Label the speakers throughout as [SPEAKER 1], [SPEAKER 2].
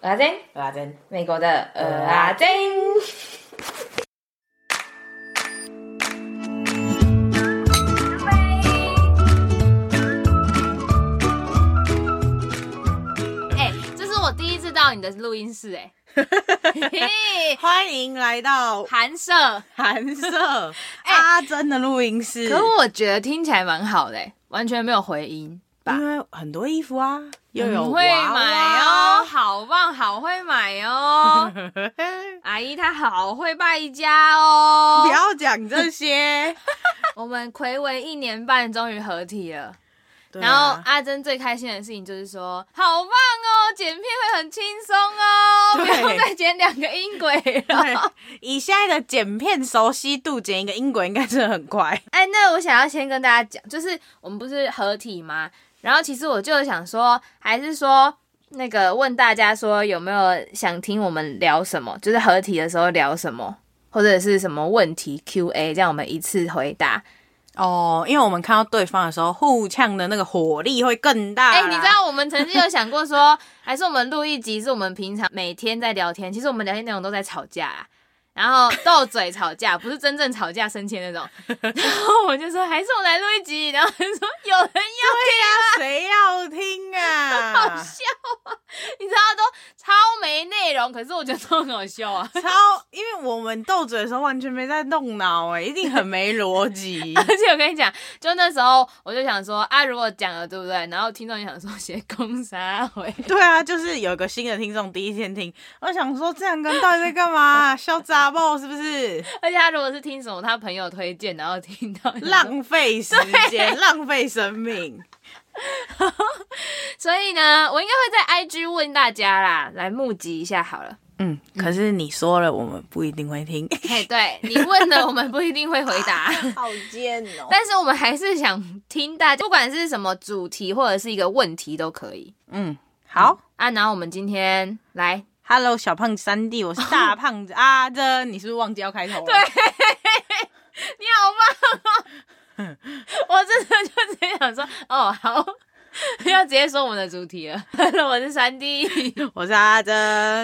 [SPEAKER 1] 阿珍，
[SPEAKER 2] 阿珍，
[SPEAKER 1] 美国的呃阿珍。
[SPEAKER 3] 哎、这是我第一次到你的录音室、 哎，嘿
[SPEAKER 2] 欢迎来到
[SPEAKER 3] 寒舍。
[SPEAKER 2] 寒 舍
[SPEAKER 3] 哎
[SPEAKER 2] 阿珍的录音室。
[SPEAKER 3] 可我觉得听起来蛮好的、哎完全没有回音吧？
[SPEAKER 2] 因为很多衣服啊，又
[SPEAKER 3] 你
[SPEAKER 2] 有
[SPEAKER 3] 会
[SPEAKER 2] 娃啊
[SPEAKER 3] 买
[SPEAKER 2] 娃
[SPEAKER 3] 哦，，好棒，好会买 哦。阿姨她好会败家哦
[SPEAKER 2] 不。要讲这些。
[SPEAKER 3] 我们暌违一年半，终于合体了。
[SPEAKER 2] 对啊
[SPEAKER 3] 然后阿珍最开心的事情就是说，好棒哦，剪片会很轻松哦，不
[SPEAKER 2] 对
[SPEAKER 3] 用再剪两个音轨
[SPEAKER 2] 对
[SPEAKER 3] 了。
[SPEAKER 2] 以现在的剪片熟悉度，剪一个音轨应该是很快。
[SPEAKER 3] 哎，那我想要先跟大家讲，就是我们不是合体吗？然后其实我就想说，还是说那个问大家说有没有想听我们聊什么，就是合体的时候聊什么，或者是什么问题 Q&A，这样我们一次回答。
[SPEAKER 2] 哦，因为我们看到对方的时候，互呛的那个火力会更大啦。
[SPEAKER 3] 哎、你知道我们曾经有想过说， 还是我们录一集，是我们平常每天在聊天，其实我们聊天内容都在吵架、啊，然后斗嘴吵架，不是真正吵架生气那 种。然后我就说，还是我们来录一集，然后他就说有人要
[SPEAKER 2] 谁要听
[SPEAKER 3] 听，好
[SPEAKER 2] 啊？
[SPEAKER 3] 笑啊！你知道都超没内容，可是我觉得都很好笑啊。
[SPEAKER 2] 超，因为我们斗嘴的时候完全没在动脑，哎，一定很没逻辑。
[SPEAKER 3] 而且我跟你讲，就那时候我就想说啊，如果讲了对不对？然后听众就想说 写公杀回，
[SPEAKER 2] 对啊，就是有一个新的听众第一天听，我想说这两个人到底在干 嘛？小杂报是不是
[SPEAKER 3] 而且他如果是听什么他朋友推荐，然后听到就说
[SPEAKER 2] 浪费时 间、浪费生命？
[SPEAKER 3] 所以呢，我应该会在 IG 问大家啦，来募集一下好 了。
[SPEAKER 2] 嗯，可是你说了，我们不一定会 听，
[SPEAKER 3] 嘿，对你问了，我们不一定会回 答，
[SPEAKER 2] 好贱哦。
[SPEAKER 3] 但是我们还是想听大家，不管是什么主题或者是一个问题都可以
[SPEAKER 2] 嗯，好
[SPEAKER 3] 啊。然后我们今天来，
[SPEAKER 2] ，Hello，小胖子三弟，我是大胖 子阿珍，你是不是忘记要开头了？对，
[SPEAKER 3] 你好棒、哦！ 我真的就直接想说，哦，好。 要直接说我们的主题了。Hello，我是 三 D。
[SPEAKER 2] 我是阿珍。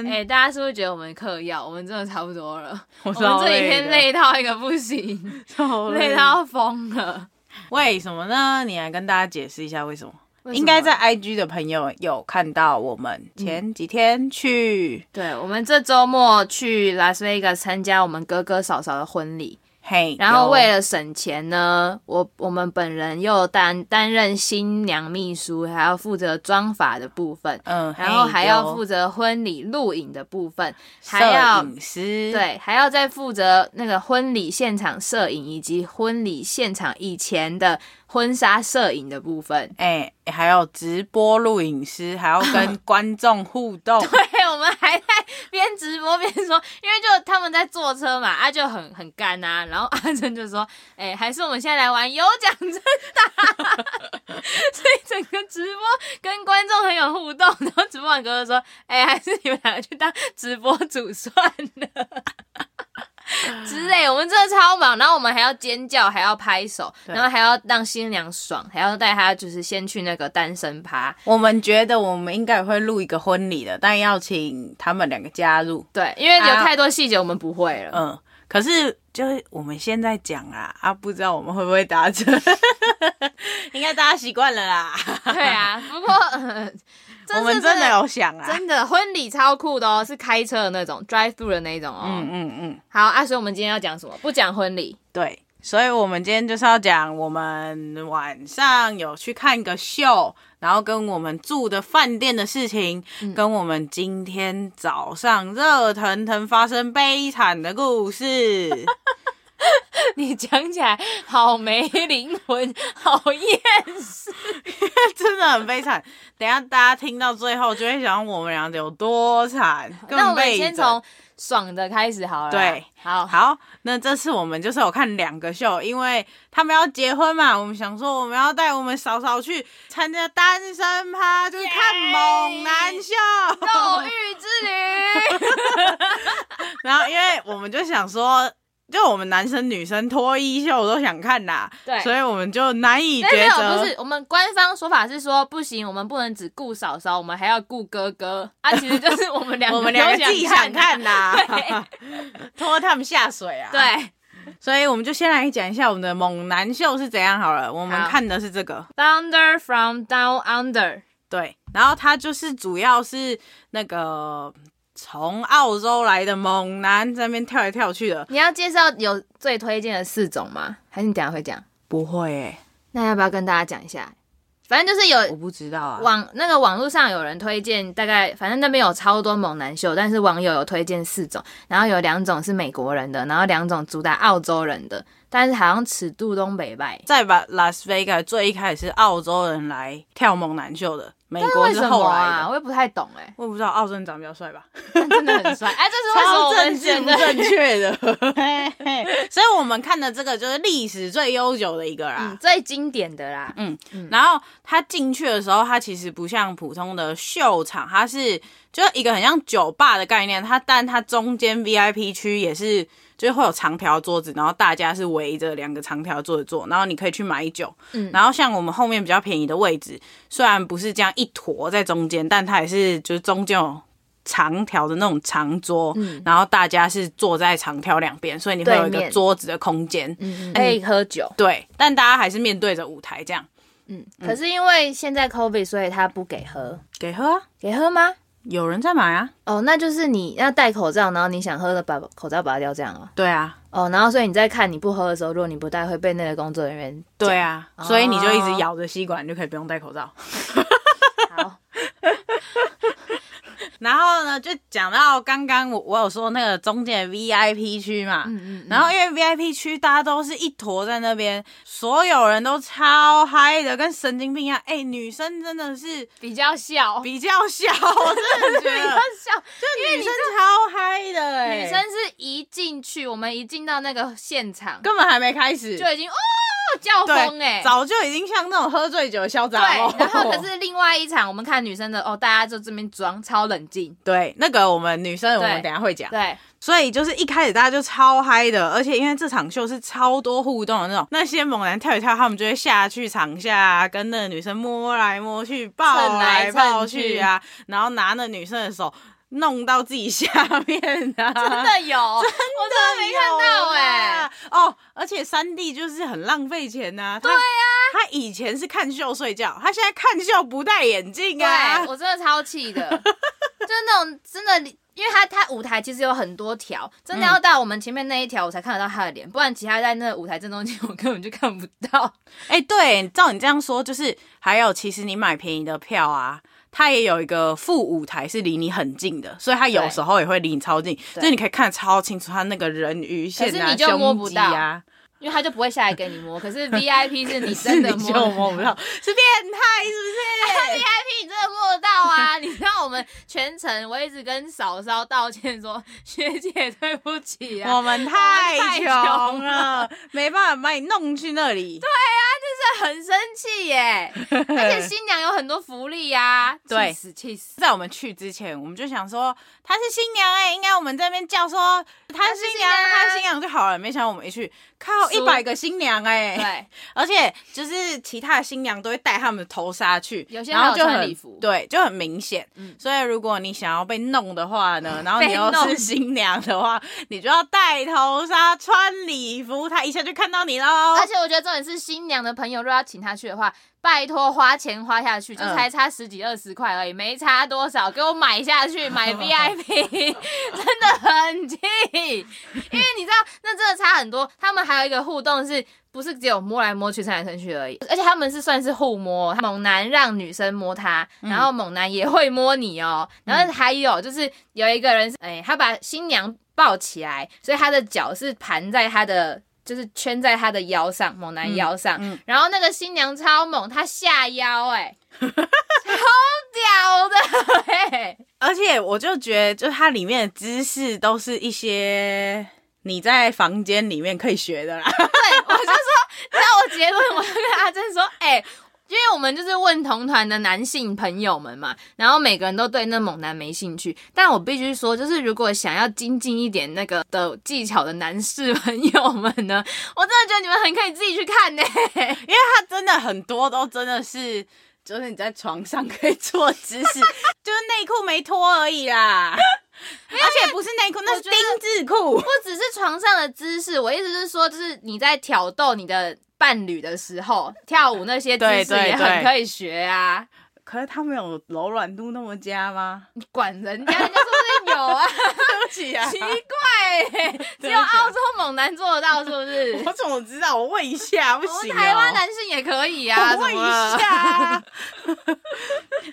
[SPEAKER 3] 哎、大家是不是觉得我们嗑药？我们真的差不多了。
[SPEAKER 2] 我
[SPEAKER 3] 我
[SPEAKER 2] 是好
[SPEAKER 3] 们这几天
[SPEAKER 2] 的，
[SPEAKER 3] 累到一个不行，
[SPEAKER 2] 超累
[SPEAKER 3] 累到疯了。
[SPEAKER 2] 为什么呢？你来跟大家解释一下为什么。
[SPEAKER 3] 为什么
[SPEAKER 2] 应该在 IG 的朋友有看到我们前几天去、
[SPEAKER 3] 对，我们这周末去拉斯维加斯参加我们哥哥嫂嫂的婚礼，
[SPEAKER 2] 嘿，
[SPEAKER 3] 然后
[SPEAKER 2] 有
[SPEAKER 3] 为了省钱呢，我我们本人又担担任新娘秘书，还要负责妆法的部分，
[SPEAKER 2] 嗯，
[SPEAKER 3] 然后
[SPEAKER 2] 嘿
[SPEAKER 3] 还要
[SPEAKER 2] 有
[SPEAKER 3] 负责婚礼录影的部分，还
[SPEAKER 2] 摄
[SPEAKER 3] 要
[SPEAKER 2] 影师，，
[SPEAKER 3] 对，还要再负责那个婚礼现场摄影以及婚礼现场以前的婚纱摄影的部分。
[SPEAKER 2] 哎、还有直播录影师，还要 跟观众互动，
[SPEAKER 3] 对，我们还在边直播边说，因为就他们在坐车嘛，啊就很很干啊，然后阿珍就说，哎、还是我们现在来玩有奖征答， 所以整个直播跟观众很有互动，然后直播完哥哥说，哎、还是你们两个去当直播主算了。之类，我们真的超忙，然后我们还要尖叫，还要拍手，
[SPEAKER 2] 对
[SPEAKER 3] 然后还要让新娘爽，还要带她就是先去那个单身趴，
[SPEAKER 2] 我们觉得我们应该也会录一个婚礼的，但要请他们两个加入，
[SPEAKER 3] 对，因为有
[SPEAKER 2] 啊
[SPEAKER 3] 太多细节我们不会了。
[SPEAKER 2] 嗯，可是就是我们现在讲啦，啊，不知道我们会不会达 成，应该大家习惯了啦，
[SPEAKER 3] 对啊，不过、呃、这
[SPEAKER 2] 我们
[SPEAKER 3] 是
[SPEAKER 2] 真的有想啊，
[SPEAKER 3] 真的婚礼超酷的哦，是开车的那种 drive through 的那种哦。
[SPEAKER 2] 嗯嗯嗯，
[SPEAKER 3] 好啊，所以我们今天要讲什么？不讲婚 礼，
[SPEAKER 2] 对。所以，我们今天就是要讲，我们晚上有去看个秀，然后跟我们住的饭店的事情，
[SPEAKER 3] 嗯
[SPEAKER 2] 跟我们今天早上热腾腾发生悲惨的 故事。
[SPEAKER 3] 你讲起来好没灵魂，好厌世。
[SPEAKER 2] 真的很悲惨。等一下大家听到最后就会想我们俩有多惨，
[SPEAKER 3] 那
[SPEAKER 2] 更
[SPEAKER 3] 我们
[SPEAKER 2] 悲
[SPEAKER 3] 先
[SPEAKER 2] 惨。
[SPEAKER 3] 从爽的开始好了啦。
[SPEAKER 2] 对
[SPEAKER 3] 好，
[SPEAKER 2] 好，那这次我们就是有看两个秀，因为他们要结婚嘛，我们想说我们要带我们嫂嫂去参加单身趴，就是看猛男秀。
[SPEAKER 3] 肉欲之旅。
[SPEAKER 2] 然后因为我们就想说。就我们男生女生脱衣秀都想看啦，
[SPEAKER 3] 对
[SPEAKER 2] 所以我们就难以
[SPEAKER 3] 但没
[SPEAKER 2] 抉
[SPEAKER 3] 有，不
[SPEAKER 2] 择
[SPEAKER 3] 是。我们官方说法是说不行，我们不能只顾嫂嫂，我们还要顾哥哥啊。其实就是我们两个
[SPEAKER 2] 我们两个
[SPEAKER 3] 都
[SPEAKER 2] 自己想
[SPEAKER 3] 看
[SPEAKER 2] 看啦， 拖他们下水啊。
[SPEAKER 3] 啊，，对。
[SPEAKER 2] 所以我们就先来讲一下我们的猛男秀是怎样好了。我们
[SPEAKER 3] 好
[SPEAKER 2] 看的是这个，
[SPEAKER 3] Thunder from Down Under，
[SPEAKER 2] 对，然后他就是主要是那个从澳洲来的猛男在那边跳来跳去的。
[SPEAKER 3] 你要介绍有最推荐的四种吗？还是你等一下会讲？
[SPEAKER 2] 不会诶、
[SPEAKER 3] 那要不要跟大家讲一下？反正就是有
[SPEAKER 2] 我不知道啊。
[SPEAKER 3] 网那个网络上有人推荐，大概反正那边有超多猛男秀，但是网友有推荐四种，然后有两种是美国人的，然后两种主打澳洲人的，但是好像尺度都北拜。
[SPEAKER 2] 再把 Las Vegas 最一开始是澳洲人来跳猛男秀的，美国
[SPEAKER 3] 为
[SPEAKER 2] 是
[SPEAKER 3] 什
[SPEAKER 2] 后
[SPEAKER 3] 么
[SPEAKER 2] 来的。
[SPEAKER 3] 啊？我也不太懂哎、
[SPEAKER 2] 我也不知道澳洲人长得比较帅吧，
[SPEAKER 3] 但真的 很帅哎、这是为什么
[SPEAKER 2] 超
[SPEAKER 3] 我
[SPEAKER 2] 政
[SPEAKER 3] 们
[SPEAKER 2] 治
[SPEAKER 3] 选
[SPEAKER 2] 不
[SPEAKER 3] 的？
[SPEAKER 2] 正确的， 嘿嘿
[SPEAKER 3] 嗯
[SPEAKER 2] 所以我们看的这个就是历史最悠久的一个啦。
[SPEAKER 3] 嗯，最经典的啦，
[SPEAKER 2] 嗯，然后他进去的时候，他其实不像普通的秀场，它是就是一个很像酒吧的概念。它但它中间 VIP 区也是，就是会有长条桌子，然后大家是围着两个长条桌子坐，然后你可以去买酒。
[SPEAKER 3] 嗯
[SPEAKER 2] 然后像我们后面比较便宜的位置，虽然不是这样一坨在中间，但它也是就是中间有。长条的那种长桌，然后大家是坐在长条两边，所以你会有一
[SPEAKER 3] 嗯对
[SPEAKER 2] 个
[SPEAKER 3] 面
[SPEAKER 2] 桌子的空间。
[SPEAKER 3] 嗯，可以喝酒。
[SPEAKER 2] 对，但大家还是面对着舞台这样。
[SPEAKER 3] 嗯，可是因为现在 COVID，所以他不给喝，
[SPEAKER 2] 给喝啊，
[SPEAKER 3] 给喝吗？
[SPEAKER 2] 有人在买啊。
[SPEAKER 3] 哦，那就是你要戴口罩，然后你想喝的把口罩拔掉，这样哦。
[SPEAKER 2] 对啊，
[SPEAKER 3] 哦，然后所以你在看你不喝的时候，如果你不戴，会被那个工作人 员。
[SPEAKER 2] 对啊，所以你就一
[SPEAKER 3] 哦
[SPEAKER 2] 直咬着吸管，你就可以不用戴口罩。
[SPEAKER 3] 好，
[SPEAKER 2] 然后呢，就讲到刚刚我我有说那个中间的 VIP 区嘛，
[SPEAKER 3] 嗯嗯
[SPEAKER 2] 然后因为 VIP 区大家都是一坨在那边，所有人都超嗨的，跟神经病一样。哎、女生真的是
[SPEAKER 3] 比较笑，
[SPEAKER 2] 比较小，我真的觉
[SPEAKER 3] 比较
[SPEAKER 2] 得。
[SPEAKER 3] 笑，因为
[SPEAKER 2] 女
[SPEAKER 3] 你
[SPEAKER 2] 生超嗨的、哎，
[SPEAKER 3] 女生是一进去，我们一进到那个现场
[SPEAKER 2] 根本还没开始，
[SPEAKER 3] 就已经哦叫疯哎、
[SPEAKER 2] 早就已经像那种喝醉酒的嚣张
[SPEAKER 3] 对
[SPEAKER 2] 哦。，
[SPEAKER 3] 然后 可是另外一场，我们看女生的哦，大家就这边装超冷静，
[SPEAKER 2] 对那个我们女生，我们
[SPEAKER 3] 对
[SPEAKER 2] 等一下会讲。
[SPEAKER 3] 对，
[SPEAKER 2] 所以就是一开始大家就超嗨的，而且因为这场秀是超多互动的那种，那些猛男跳一跳，他们就会下去场下、跟那个女生摸来摸去，抱来抱去啊，然后拿那女生的手弄到自己下面 啊，
[SPEAKER 3] 真的有，我真的没看到哎、
[SPEAKER 2] 哎、哦，而且三弟就是很浪费钱呐、对啊，他以前是看秀睡觉，他现在看秀不戴眼镜啊
[SPEAKER 3] 对，，我真的超气的， 就是那种真的，因为他他舞台其实有很多条，真的要到我们前面那一条我才看得到他的脸，不然其他在那个舞台正中间我根本就看不到。
[SPEAKER 2] 哎、对，照你这样说，就是还有，其实你买便宜的票啊，它也有一个副舞台是离你很近的，所以它有
[SPEAKER 3] 对
[SPEAKER 2] 时候也会离你超近，
[SPEAKER 3] 对
[SPEAKER 2] 就是你可以看得超清楚它那个人鱼线
[SPEAKER 3] 可是
[SPEAKER 2] 啊、
[SPEAKER 3] 你就摸
[SPEAKER 2] 胸
[SPEAKER 3] 不
[SPEAKER 2] 肌
[SPEAKER 3] 到
[SPEAKER 2] 啊，
[SPEAKER 3] 因为他就不会下来给你摸，可 是 VIP 是 你
[SPEAKER 2] 是
[SPEAKER 3] 真
[SPEAKER 2] 你
[SPEAKER 3] 的
[SPEAKER 2] 就
[SPEAKER 3] 摸得哎
[SPEAKER 2] 摸不到，是变态 是
[SPEAKER 3] VIP 你真的摸得到啊！你知道我们全程我一直跟嫂嫂道歉说，学姐对不起
[SPEAKER 2] 不是？我
[SPEAKER 3] 啊，
[SPEAKER 2] 们太
[SPEAKER 3] 太
[SPEAKER 2] 穷
[SPEAKER 3] 穷
[SPEAKER 2] 了，没办法把你弄去那里。
[SPEAKER 3] 这很生气耶！ 而且新娘有很多福利呀、啊，
[SPEAKER 2] 对
[SPEAKER 3] 气死气死！
[SPEAKER 2] 在我们去之前，我们就想说她是新娘哎、应该我们这边叫说她是新娘，她
[SPEAKER 3] 她
[SPEAKER 2] 是
[SPEAKER 3] 是新
[SPEAKER 2] 新娘就好了。没想到我们一去，靠一
[SPEAKER 3] 输
[SPEAKER 2] 百个新娘哎、
[SPEAKER 3] 对，
[SPEAKER 2] 而且就是其他的新娘都会带他们的头纱去，
[SPEAKER 3] 有些
[SPEAKER 2] 然后
[SPEAKER 3] 还
[SPEAKER 2] 就
[SPEAKER 3] 有穿
[SPEAKER 2] 很
[SPEAKER 3] 礼服
[SPEAKER 2] 对，就很明显。
[SPEAKER 3] 嗯
[SPEAKER 2] 所以如果你想要被弄的话 呢，然后你
[SPEAKER 3] 被
[SPEAKER 2] 又是
[SPEAKER 3] 弄
[SPEAKER 2] 新娘的话，你就要戴头纱、穿礼服，他一下就看到你喽。
[SPEAKER 3] 而且我觉得重点是新娘的朋友，如果要请她去的话，拜托花钱花下去，就
[SPEAKER 2] 嗯
[SPEAKER 3] 才差十几二十块而已，没差多少，给我买下 去，买 VIP，真的很气，因为你知道那真的差很多。他们还有一个互动是。不是只有摸来摸去、蹭来蹭去而已，而且他们是算是互摸，猛男让女生摸他，
[SPEAKER 2] 嗯
[SPEAKER 3] 然后猛男也会摸你哦。然后还有就是有一个人是，哎、他把新娘抱起来，所以他的脚是盘在他的，就是圈在他的腰上，猛男腰上。
[SPEAKER 2] 嗯嗯
[SPEAKER 3] 然后那个新娘超猛，她下腰、哎，超屌的、哎，
[SPEAKER 2] 而且我就觉得，就它里面的知识都是一些你在房间里面可以学的啦。
[SPEAKER 3] 对我就说，你知道我结论，我就跟阿珍说，哎、因为我们就是问同团的男性朋友们嘛，然后每个人都对那猛男没兴趣。但我必须说，就是如果想要精进一点那个的技巧的男士朋友们呢，我真的觉得你们很可以自己去看呢、
[SPEAKER 2] 因为它真的很多都真的是，就是你在床上可以做的姿势， 就是内裤没脱而已 啦。而且不是内裤，那是
[SPEAKER 3] 我觉
[SPEAKER 2] 丁
[SPEAKER 3] 得
[SPEAKER 2] 字裤。
[SPEAKER 3] 不只是床上的姿势，我意思是说，就是你在挑逗你的伴侣的时候，跳舞那些姿
[SPEAKER 2] 对
[SPEAKER 3] 势
[SPEAKER 2] 对
[SPEAKER 3] 也很
[SPEAKER 2] 对
[SPEAKER 3] 可以学啊。
[SPEAKER 2] 可是他们有柔软度那么佳吗？
[SPEAKER 3] 你管人家，人家说不定有啊，
[SPEAKER 2] 对不 起啊
[SPEAKER 3] 奇怪欸、只有澳洲猛男做得到，是不是？
[SPEAKER 2] 我怎么知道？我问一下， 不
[SPEAKER 3] 我们
[SPEAKER 2] 行、哦。
[SPEAKER 3] 台湾男性也可以啊，
[SPEAKER 2] 我问一
[SPEAKER 3] 怎么了
[SPEAKER 2] 下啊。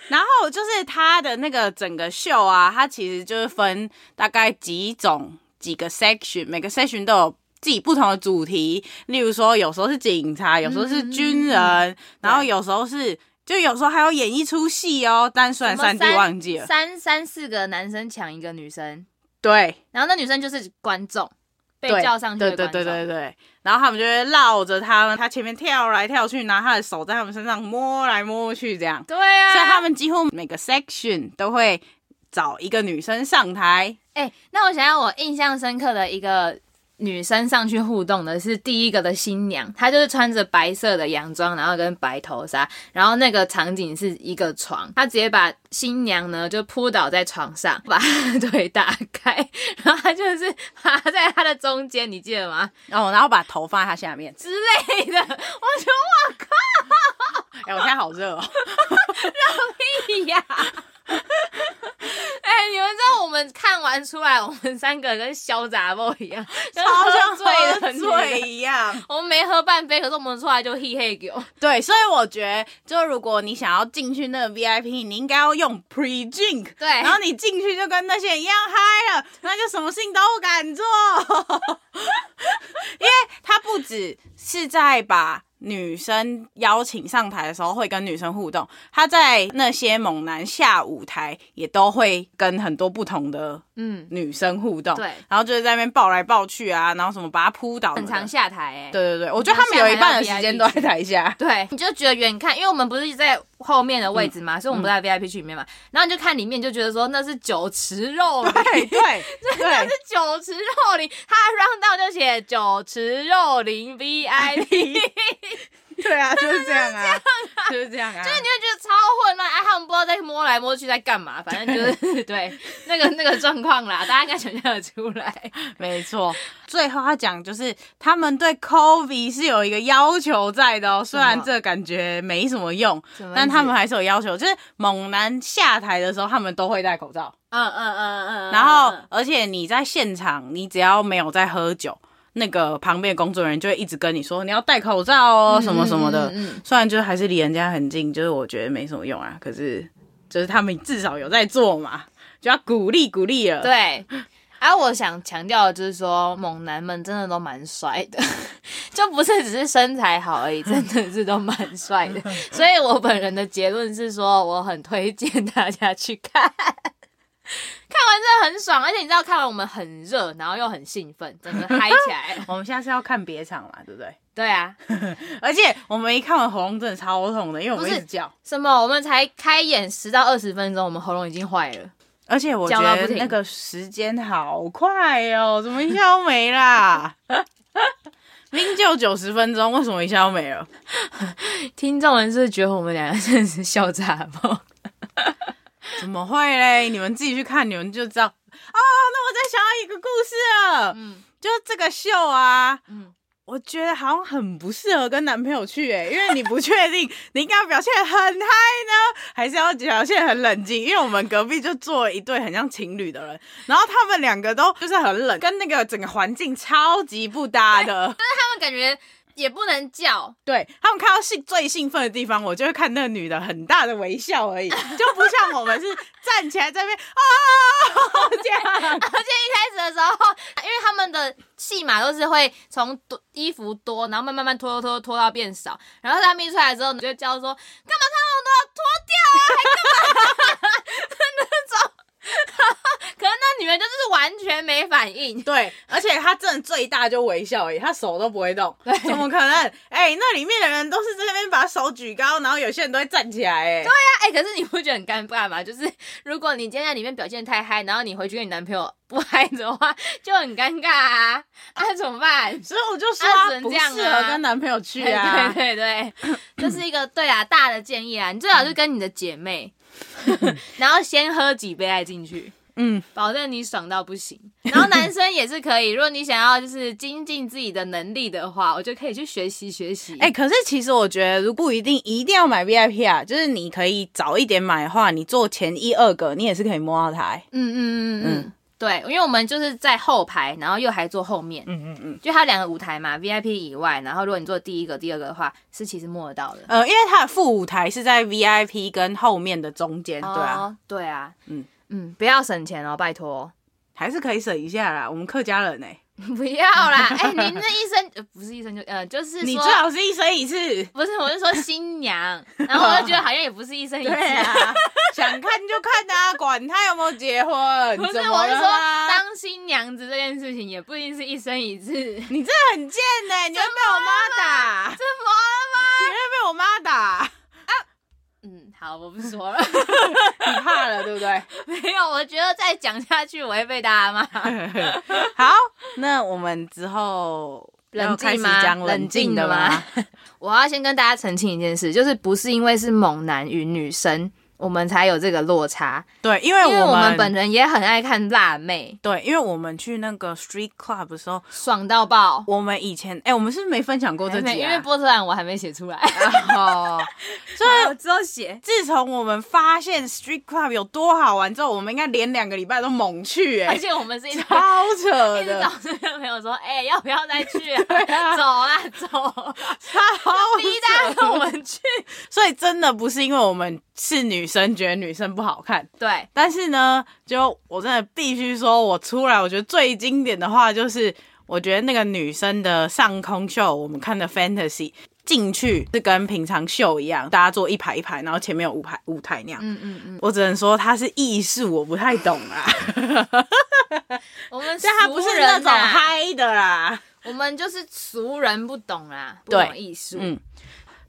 [SPEAKER 2] 然后就是他的那个整个秀啊，它其实就是分大概几种几个 section，每个 section 都有。自己不同的主题，例如说，有时候是警察，有时候是军人，
[SPEAKER 3] 嗯
[SPEAKER 2] 然后有时候是，就有时候还要演一出戏哦。但虽然
[SPEAKER 3] 什么
[SPEAKER 2] 三 D 忘记了，
[SPEAKER 3] 三三四个男生抢一个女生，
[SPEAKER 2] 对，
[SPEAKER 3] 然后那女生就是观众，被
[SPEAKER 2] 对
[SPEAKER 3] 叫上去
[SPEAKER 2] 对
[SPEAKER 3] 的观
[SPEAKER 2] 对
[SPEAKER 3] 众。
[SPEAKER 2] 对对对。然后他们就会绕着他们，他前面跳来跳去，拿他的手在他们身上摸来摸去，这样。
[SPEAKER 3] 对啊，
[SPEAKER 2] 所以他们几乎每个 section 都会找一个女生上台。
[SPEAKER 3] 哎、那我想要我印象深刻的一个女生上去互动的是第一个的新娘，她就是穿着白色的洋装，然后跟白头纱，然后那个场景是一个床，她直接把新娘呢就扑倒在床上，把她的腿打开，然后她就是趴在她的中间，你记得吗？
[SPEAKER 2] 哦，然后把头放在她下面。
[SPEAKER 3] 之类的，我觉得
[SPEAKER 2] 哎、我现在好热哦。
[SPEAKER 3] 屁呀！ 哎、你们知道我们看完出来，我们三个跟小杂包一样，跟
[SPEAKER 2] 好
[SPEAKER 3] 喝
[SPEAKER 2] 像
[SPEAKER 3] 醉的女人
[SPEAKER 2] 醉一样。
[SPEAKER 3] 我们没喝半杯，可是我们出来就嘿嘿狗。
[SPEAKER 2] 对，所以我觉得，就如果你想要进去那个 VIP，你应该要用 pre drink。
[SPEAKER 3] 对
[SPEAKER 2] 然后你进去就跟那些人一样嗨了，那就什么事情都敢做。 因为他不只是在把女生邀请上台的时候会跟女生互动，他在那些猛男下舞台也都会跟很多不同的
[SPEAKER 3] 嗯，
[SPEAKER 2] 女生互动。
[SPEAKER 3] 对
[SPEAKER 2] 然后就是在那边抱来抱去啊，然后什么把他扑倒什
[SPEAKER 3] 很
[SPEAKER 2] 么的。
[SPEAKER 3] 常下台哎、
[SPEAKER 2] 对对对，我觉得他们有一半的时间都在台下。
[SPEAKER 3] 对，你就觉得远看，因为我们不是在后面的位置
[SPEAKER 2] 嗯
[SPEAKER 3] 嘛，所以我们不在 VIP 区里面嘛，然后你就看里面，就觉得说那是酒池肉林，
[SPEAKER 2] 对 对
[SPEAKER 3] 那
[SPEAKER 2] 对
[SPEAKER 3] 是，酒池肉林，他 round 到就写酒池肉林 VIP，
[SPEAKER 2] 对啊，就是这 样啊，就是这样啊。
[SPEAKER 3] 那你会觉得超混乱，哎，他们不知道在摸来摸去在干嘛，反正就是 对那个那个状况啦，大家应该想象得出来。
[SPEAKER 2] 没错。最后他讲就是他们对 COVID 是有一个要求在的哦，虽
[SPEAKER 3] 么
[SPEAKER 2] 然这感觉没什么用
[SPEAKER 3] 什么意思，
[SPEAKER 2] 但他们还是有要求，就是猛男下台的时候他们都会戴口罩，
[SPEAKER 3] 嗯嗯嗯嗯
[SPEAKER 2] 然后而且你在现场，你只要没有在喝酒。那个旁边的工作人员就会一直跟你说你要戴口罩哦，什么什么的。
[SPEAKER 3] 嗯嗯嗯
[SPEAKER 2] 虽然就是还是离人家很近，就是我觉得没什么用啊。可是就是他们至少有在做嘛，就要鼓励鼓励了。
[SPEAKER 3] 对，啊，我想强调的就是说，猛男们真的都蛮帅的， 就不是只是身材好而已，真的是都蛮帅 的。所以我本人的结论是说，我很推荐大家去看。 看完真的很爽，而且你知道，看完我们很热，然后又很兴奋，整个嗨起来。
[SPEAKER 2] 我们下次要看别场嘛，对不对？
[SPEAKER 3] 对啊，
[SPEAKER 2] 而且我们一看完喉咙真的超痛的，因为我们
[SPEAKER 3] 不
[SPEAKER 2] 一
[SPEAKER 3] 是
[SPEAKER 2] 直叫。
[SPEAKER 3] 什么？我们才开演十到二十分钟，我们喉咙已经坏了。
[SPEAKER 2] 而且我觉
[SPEAKER 3] 叫到不
[SPEAKER 2] 得
[SPEAKER 3] 停
[SPEAKER 2] 那个时间好快哦，怎么一下都没啦？ 明明就九十分钟，为什么一下都没了？
[SPEAKER 3] 听众们是不是觉得我们两个真的是笑炸吗？
[SPEAKER 2] 怎么会嘞？你们自己去看，你们就知道。哦，那我再想到一个故事了，
[SPEAKER 3] 嗯
[SPEAKER 2] 就是这个秀啊，
[SPEAKER 3] 嗯
[SPEAKER 2] 我觉得好像很不适合跟男朋友去欸诶、因为你不确定 你应该要表现得很嗨呢，还是要表现得很冷静。因为我们隔壁就坐了一对很像情侣的人，然后他们两个都就是很冷，跟那个整个环境超级不搭的。
[SPEAKER 3] 他们感觉也不能叫，
[SPEAKER 2] 对他们看到兴最兴奋的地方，我就会看那个女的很大的微笑 而已，就不像我们是站起来在那边啊 这样。
[SPEAKER 3] 而且一开始的时候，因为他们的戏码都是会从多衣服多，然后慢慢慢脱脱脱到变少，然后他们一出来之后，你就叫说干嘛 他们都要脱掉啊，还干嘛那种。可是那女人就是完完全没反应。
[SPEAKER 2] 对，而且他真的最大就微笑而已，他手都不会动，怎么可能？哎、那里面的人都是在那边把手举高，然后有些人都会站起来、哎，对，
[SPEAKER 3] 哎、可是你不觉得很尴尬吗？就是如果你今天在里面表现太嗨，然后你回去跟你男朋友不嗨的话，就很尴尬啊！那、怎么办？
[SPEAKER 2] 所以我就说
[SPEAKER 3] 啊
[SPEAKER 2] 他
[SPEAKER 3] 只能
[SPEAKER 2] 不
[SPEAKER 3] 这样
[SPEAKER 2] 适
[SPEAKER 3] 啊
[SPEAKER 2] 合跟男朋友去
[SPEAKER 3] 对
[SPEAKER 2] 啊。
[SPEAKER 3] 对对对，这是一个对啊大的建议啊！你最好就跟你的姐 妹，然后先喝几杯再进去，
[SPEAKER 2] 嗯，
[SPEAKER 3] 保证你爽到不行。然后男生也是可 以，如果你想要就是精进自己的能力的话，我就可以去学习学习。
[SPEAKER 2] 哎、可是其实我觉得，如不一定一定要买 VIP 啊，就是你可以早一点买的话，你坐前一二个，你也是可以摸到它、哎
[SPEAKER 3] 嗯嗯嗯嗯嗯，对，因为我们就是在后排，然后又还坐后面，
[SPEAKER 2] 嗯嗯嗯。
[SPEAKER 3] 就它有两个舞台嘛，VIP 以外，然后如果你坐第一个、第二个的话，是其实摸得到的。
[SPEAKER 2] 呃，因为它的副舞台是在 VIP 跟后面的中间，对啊，
[SPEAKER 3] 哦，对啊，嗯
[SPEAKER 2] 嗯
[SPEAKER 3] 嗯，不要省钱哦，拜托哦、
[SPEAKER 2] 还是可以省一下啦。我们客家人哎、
[SPEAKER 3] 不要 啦！哎、你那医生呃不是医生就呃，就是说啊
[SPEAKER 2] 你最好是一生一次。
[SPEAKER 3] 不是，我是说新 娘，然后我就觉得好像也不是医生一次。
[SPEAKER 2] 对啊，想看就看啊，管他有没有结婚。
[SPEAKER 3] 不是，
[SPEAKER 2] 怎么
[SPEAKER 3] 我是
[SPEAKER 2] 了
[SPEAKER 3] 说
[SPEAKER 2] 吗，
[SPEAKER 3] 当新娘子这件事情也不一定是一 生一次。怎
[SPEAKER 2] 你真的很贱呢、你会被我妈打，
[SPEAKER 3] 么了
[SPEAKER 2] 你会被我妈打，
[SPEAKER 3] 吗？嗯，好，我不 说了。
[SPEAKER 2] 你怕了对不 对？
[SPEAKER 3] 没有，我觉得再讲下去我会被大家 骂。
[SPEAKER 2] 好，那我们之后要
[SPEAKER 3] 冷
[SPEAKER 2] 开
[SPEAKER 3] 静
[SPEAKER 2] 始
[SPEAKER 3] 吗
[SPEAKER 2] 讲
[SPEAKER 3] 冷
[SPEAKER 2] 冷
[SPEAKER 3] 静
[SPEAKER 2] 静
[SPEAKER 3] 的
[SPEAKER 2] 的
[SPEAKER 3] 吗
[SPEAKER 2] 吗？
[SPEAKER 3] 我要先跟大家澄清一件事，就是不是因为是猛男与女生，我们才有这个落差，
[SPEAKER 2] 对，因为
[SPEAKER 3] 因为
[SPEAKER 2] 我
[SPEAKER 3] 我们
[SPEAKER 2] 们
[SPEAKER 3] 本人也很爱看辣妹，
[SPEAKER 2] 对，因为我们去那个 street club 的时候，
[SPEAKER 3] 爽到爆。
[SPEAKER 2] 我们以前哎、我们是不是没分享过这
[SPEAKER 3] 哎没
[SPEAKER 2] 集、
[SPEAKER 3] 因
[SPEAKER 2] 啊，
[SPEAKER 3] 为波特兰我还没写出 来，
[SPEAKER 2] 哦，所以
[SPEAKER 3] 我之后写。
[SPEAKER 2] 自从我们发现 Street Club 有多好玩之后，我们应该连两个礼拜都猛去、
[SPEAKER 3] 而
[SPEAKER 2] 欸，
[SPEAKER 3] 且我们是一直
[SPEAKER 2] 超扯
[SPEAKER 3] 一直
[SPEAKER 2] 的，
[SPEAKER 3] 找身边的朋友说，哎、要不要再去、 啊？
[SPEAKER 2] 啊
[SPEAKER 3] 走啦，走，
[SPEAKER 2] 超
[SPEAKER 3] 逼大家
[SPEAKER 2] 扯。
[SPEAKER 3] 跟我们去。
[SPEAKER 2] 所以真的不是因为我们是女生觉得女生不好看，
[SPEAKER 3] 对，
[SPEAKER 2] 但是呢，就我真的必须说，我出来我觉得最经典的话就是，我觉得那个女生的上空秀，我们看的 Fantasy。进去是跟平常秀一样，大家坐一排一排，然后前面有舞台舞台那样。
[SPEAKER 3] 嗯嗯嗯，
[SPEAKER 2] 我只能说它是艺术，我不太懂啊啦。
[SPEAKER 3] 我们
[SPEAKER 2] 但它不是那种
[SPEAKER 3] 俗人啊，
[SPEAKER 2] 嗨的啦。
[SPEAKER 3] 我们就是俗人不懂啦，不
[SPEAKER 2] 对
[SPEAKER 3] 懂艺术。
[SPEAKER 2] 嗯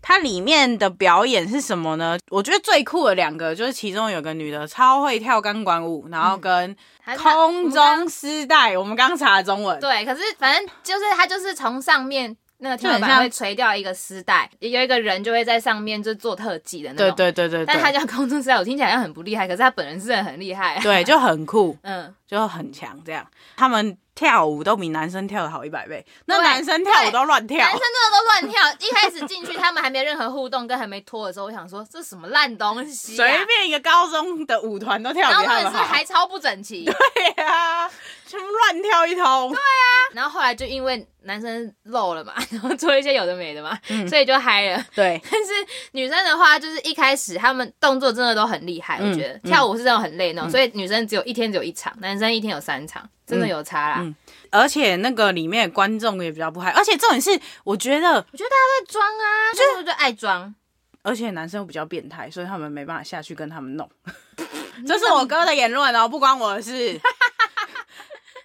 [SPEAKER 2] 它里面的表演是什么呢？我觉得最酷的两个就是其中有个女的超会跳钢管舞，然后跟
[SPEAKER 3] 还是他
[SPEAKER 2] 空。
[SPEAKER 3] 我们
[SPEAKER 2] 中丝带，我们刚查的中文，
[SPEAKER 3] 对，可是反正就是他就是从上面那个天花
[SPEAKER 2] 就很
[SPEAKER 3] 板
[SPEAKER 2] 像
[SPEAKER 3] 会垂掉一个丝带，有一个人就会在上面就做特技的那种。
[SPEAKER 2] 对对对对
[SPEAKER 3] 但他
[SPEAKER 2] 对，
[SPEAKER 3] 叫空中丝带，我听起来好像很不厉害，可是他本人是很厉害、啊。
[SPEAKER 2] 对就很酷，
[SPEAKER 3] 嗯，
[SPEAKER 2] 就很强。这样他们跳舞都比男生跳的好一百倍，那
[SPEAKER 3] 对
[SPEAKER 2] 男生跳舞都乱跳
[SPEAKER 3] 男生。真的都乱跳。一开始进去，他们还没任何互动，跟还没脱的时候，我想说这什么烂东西、啊，
[SPEAKER 2] 随。便一个高中的舞团都跳
[SPEAKER 3] 然后
[SPEAKER 2] 比
[SPEAKER 3] 他
[SPEAKER 2] 他
[SPEAKER 3] 们
[SPEAKER 2] 们
[SPEAKER 3] 是
[SPEAKER 2] 好
[SPEAKER 3] 还，超不整 齐，
[SPEAKER 2] 对呀、全部乱跳一通。
[SPEAKER 3] 然后后来就因为男生漏了嘛，然后做一些有的没的嘛，
[SPEAKER 2] 嗯
[SPEAKER 3] 所以就嗨了。
[SPEAKER 2] 对
[SPEAKER 3] 但是女生的话，就是一开始他们动作真的都很厉害，
[SPEAKER 2] 嗯
[SPEAKER 3] 我觉得
[SPEAKER 2] 嗯
[SPEAKER 3] 跳舞是真的很累那种，所以女生只有一天只有一场，男生一天有三场，真的有差啦。
[SPEAKER 2] 嗯而且那个里面的观众也比较不嗨，而且重点是，我觉得，
[SPEAKER 3] 我觉得大家在装啊，就是就爱装，
[SPEAKER 2] 而且男生比较变态，所以他们没办法下去跟他们弄。这是我哥的言论哦，不关我的事。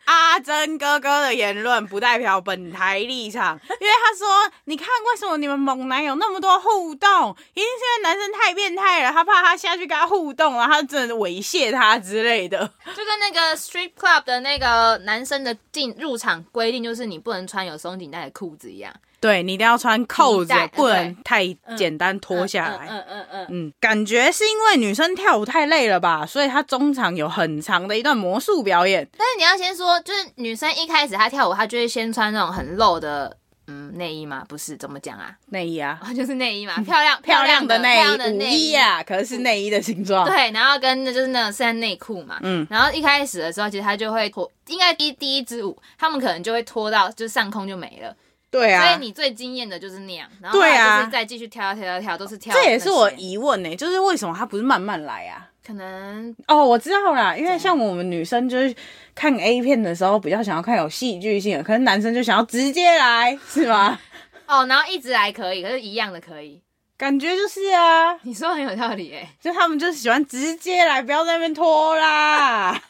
[SPEAKER 2] 阿珍哥哥的言论不代表本台立场，因为他说：“你看，为什么你们猛男有那么多互动？一定是因为男生太变态了，他怕他下去跟他互动啊，他真的猥亵他之类的。
[SPEAKER 3] 就跟那个 strip club 的那个男生的进入场规定，就是你不能穿有松紧带的裤子一样。
[SPEAKER 2] 对你一定要穿扣子
[SPEAKER 3] 皮带，
[SPEAKER 2] 不能太简单脱下来。
[SPEAKER 3] 嗯嗯嗯嗯，
[SPEAKER 2] 嗯，感觉是因为女生跳舞太累了吧，所以她中场有很长的一段魔术表演。
[SPEAKER 3] 但是你要先说，就是女生一开始她跳舞，她就会先穿那种很露的。嗯，内衣吗？不是，怎么讲啊？
[SPEAKER 2] 内衣啊，
[SPEAKER 3] 哦，就是内衣 嘛，漂亮
[SPEAKER 2] 漂亮的内
[SPEAKER 3] 漂亮的
[SPEAKER 2] 衣，舞
[SPEAKER 3] 内
[SPEAKER 2] 衣啊，可是内衣的形状。，
[SPEAKER 3] 对，然后跟那就是那种是在内裤嘛，嗯
[SPEAKER 2] 嗯，
[SPEAKER 3] 然后一开始的时候，其实他就会脱，应该第一第一支舞，他们可能就会脱到就上空就没了，
[SPEAKER 2] 对啊。
[SPEAKER 3] 所以你最惊艳的就是那样，然后后
[SPEAKER 2] 对
[SPEAKER 3] 来
[SPEAKER 2] 啊
[SPEAKER 3] 就是再继续跳跳跳跳，都是跳那
[SPEAKER 2] 这
[SPEAKER 3] 些，
[SPEAKER 2] 也是我疑问呢、就是为什么她不是慢慢来啊？
[SPEAKER 3] 可能
[SPEAKER 2] 哦，我知道啦，因为像我们女生就是看 A 片的时候比较想要看有戏剧性的，可是男生就想要直接来，是吗？
[SPEAKER 3] 哦，然后一直来可以，可是一样的可以，
[SPEAKER 2] 感觉就是啊，
[SPEAKER 3] 你说得很有 道理哎、
[SPEAKER 2] 就他们就是喜欢直接来，不要在那边拖啦。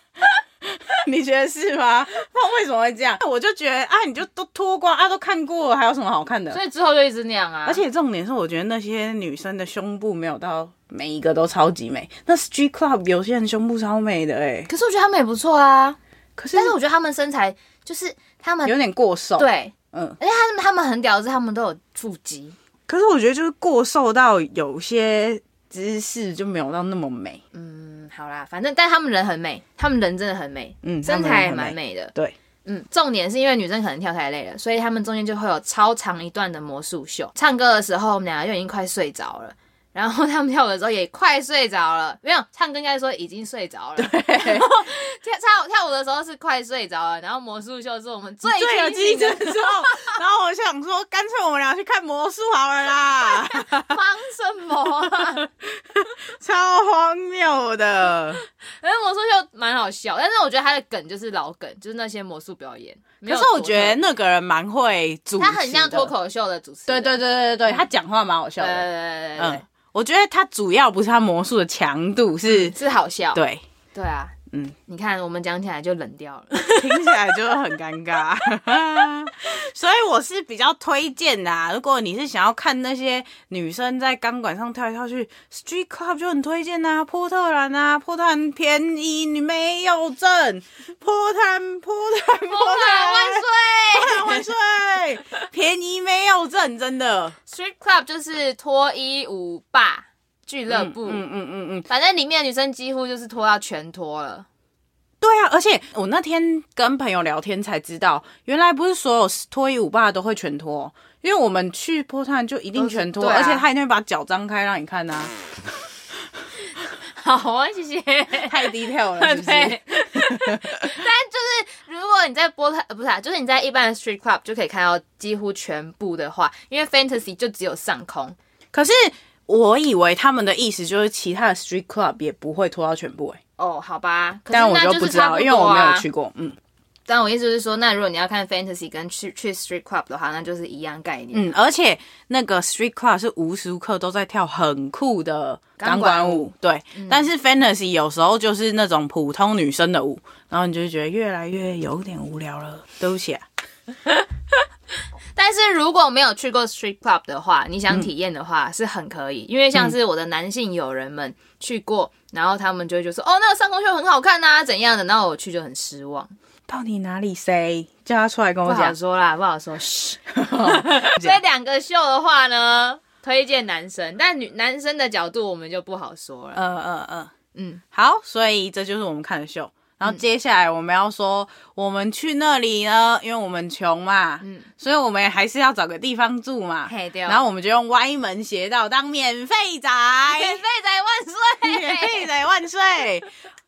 [SPEAKER 2] 你觉得是吗？不知道为什么会这样，我就觉得啊，你就都脱光啊，都看过了，还有什么好看的？
[SPEAKER 3] 所以之后就一直那样啊。
[SPEAKER 2] 而且重点是，我觉得那些女生的胸部没有到每一个都超级美。那 Street Club 有些人胸部超美的哎、
[SPEAKER 3] 可是我觉得他们也不错啊，
[SPEAKER 2] 可是
[SPEAKER 3] 但是我觉得他们身材就是他们
[SPEAKER 2] 有点过瘦。，
[SPEAKER 3] 对，
[SPEAKER 2] 嗯，
[SPEAKER 3] 而且他们他们很屌的是他们都有腹肌，
[SPEAKER 2] 可是我觉得就是过瘦到有些姿势就没有到那么美。
[SPEAKER 3] 嗯，好啦，反正但他们人很美，他们人真的很美，
[SPEAKER 2] 嗯
[SPEAKER 3] 身
[SPEAKER 2] 他们
[SPEAKER 3] 材
[SPEAKER 2] 人
[SPEAKER 3] 也
[SPEAKER 2] 很
[SPEAKER 3] 蛮美的。
[SPEAKER 2] 对，
[SPEAKER 3] 嗯，重点是因为女生可能跳太累了，所以他们中间就会有超长一段的魔术秀。唱歌的时候，我们两个就已经快睡着了。 然后他们跳舞的时候也快睡着了，没有唱歌应该说已经睡着了。对，跳跳跳舞的时候是快睡着了，然后魔术秀是我们最
[SPEAKER 2] 最有
[SPEAKER 3] 清
[SPEAKER 2] 记忆
[SPEAKER 3] 醒的
[SPEAKER 2] 的时候，然后我想说，干脆我们俩去看魔术好了啦，
[SPEAKER 3] 忙什么、啊？
[SPEAKER 2] 超荒谬 的。
[SPEAKER 3] 反正魔术秀蛮好笑，但是我觉得他的梗就是老梗，就是那些魔术表演。没
[SPEAKER 2] 可
[SPEAKER 3] 有
[SPEAKER 2] 是我
[SPEAKER 3] 多
[SPEAKER 2] 觉得那个人蛮会主持的，
[SPEAKER 3] 他很像脱口秀的主持
[SPEAKER 2] 对。
[SPEAKER 3] 人。
[SPEAKER 2] 对对对对对，他讲话蛮好笑
[SPEAKER 3] 对对
[SPEAKER 2] 的。
[SPEAKER 3] 对对对
[SPEAKER 2] 嗯，我觉得他主要不是他魔术的强度，是
[SPEAKER 3] 对，是好笑。
[SPEAKER 2] 对，
[SPEAKER 3] 对啊，
[SPEAKER 2] 嗯，
[SPEAKER 3] 你看我们讲起来就冷掉 了。
[SPEAKER 2] 听起来就很尴 尬。所以我是比较推荐的、啊，如果你是想要看那些女生在钢管上跳来跳去，Street Club 就很推荐呐、啊。波特兰啊，波特兰便宜，你没有证。波特兰，波特兰，
[SPEAKER 3] 波兰万
[SPEAKER 2] 波
[SPEAKER 3] 岁
[SPEAKER 2] 特兰万岁！便宜没有证，真的。
[SPEAKER 3] ！Street Club 就是脱衣舞霸俱乐
[SPEAKER 2] 嗯
[SPEAKER 3] 部，
[SPEAKER 2] 嗯嗯嗯嗯，
[SPEAKER 3] 反正里面的女生几乎就是脱到全脱 了。
[SPEAKER 2] 对啊，而且我那天跟朋友聊天才知道，原来不是所有脱衣舞霸都会全脱，因为我们去波特兰就一定全脱，
[SPEAKER 3] 都是对
[SPEAKER 2] 而
[SPEAKER 3] 啊
[SPEAKER 2] 且他一定会把脚张开让你 看啊，
[SPEAKER 3] 好啊，谢 谢。
[SPEAKER 2] 太 detail 了，是不是？
[SPEAKER 3] 对， 但就是如果你在波特，呃不是啊，就是你在一般的 street club 就可以看到几乎全部的话，因为 fantasy 就只有上空，
[SPEAKER 2] 可是我以为他们的意思就是其他的 street club 也不会脱到全部、欸，
[SPEAKER 3] 哦，好吧，可是
[SPEAKER 2] 但我
[SPEAKER 3] 那
[SPEAKER 2] 就是不知
[SPEAKER 3] 差
[SPEAKER 2] 道，
[SPEAKER 3] 多
[SPEAKER 2] 因为我没有
[SPEAKER 3] 啊
[SPEAKER 2] 去。过，嗯
[SPEAKER 3] 但我意思就是说，那如果你要看 fantasy 跟去去 street club 的话，那就是一样概念。
[SPEAKER 2] 嗯，而且那个 street club 是无时无刻都在跳很酷的钢
[SPEAKER 3] 钢
[SPEAKER 2] 管
[SPEAKER 3] 管
[SPEAKER 2] 舞
[SPEAKER 3] 舞，嗯
[SPEAKER 2] 对，但是 fantasy 有时候就是那种普通女生的舞，然后你就会觉得越来越有点无聊了，对不起啊。
[SPEAKER 3] 但是如果没有去过 street club 的话，你想体验的
[SPEAKER 2] 嗯
[SPEAKER 3] 话、是很可以，因为像是我的男性友人们去过，
[SPEAKER 2] 嗯
[SPEAKER 3] 然后他们就会就说哦，那个上空秀很好看呐、怎样的，然后我去就很失望，
[SPEAKER 2] 到底哪里塞？叫他出来跟
[SPEAKER 3] 不
[SPEAKER 2] 我
[SPEAKER 3] 好
[SPEAKER 2] 讲。
[SPEAKER 3] 说啦，不好说。嘘 所以两个秀的话呢，推荐男生，但女男生的角度我们就不好说了。
[SPEAKER 2] 呃呃呃，
[SPEAKER 3] 嗯，
[SPEAKER 2] 好，所以这就是我们看的秀。然后接下来我们要说，我们去那里呢，因为我们穷嘛，
[SPEAKER 3] 嗯
[SPEAKER 2] 所以我们还是要找个地方住嘛。
[SPEAKER 3] 嘿对哦
[SPEAKER 2] 然后我们就用歪门邪道当免费 仔，
[SPEAKER 3] 免费仔万
[SPEAKER 2] 免费
[SPEAKER 3] 岁！
[SPEAKER 2] 仔万岁！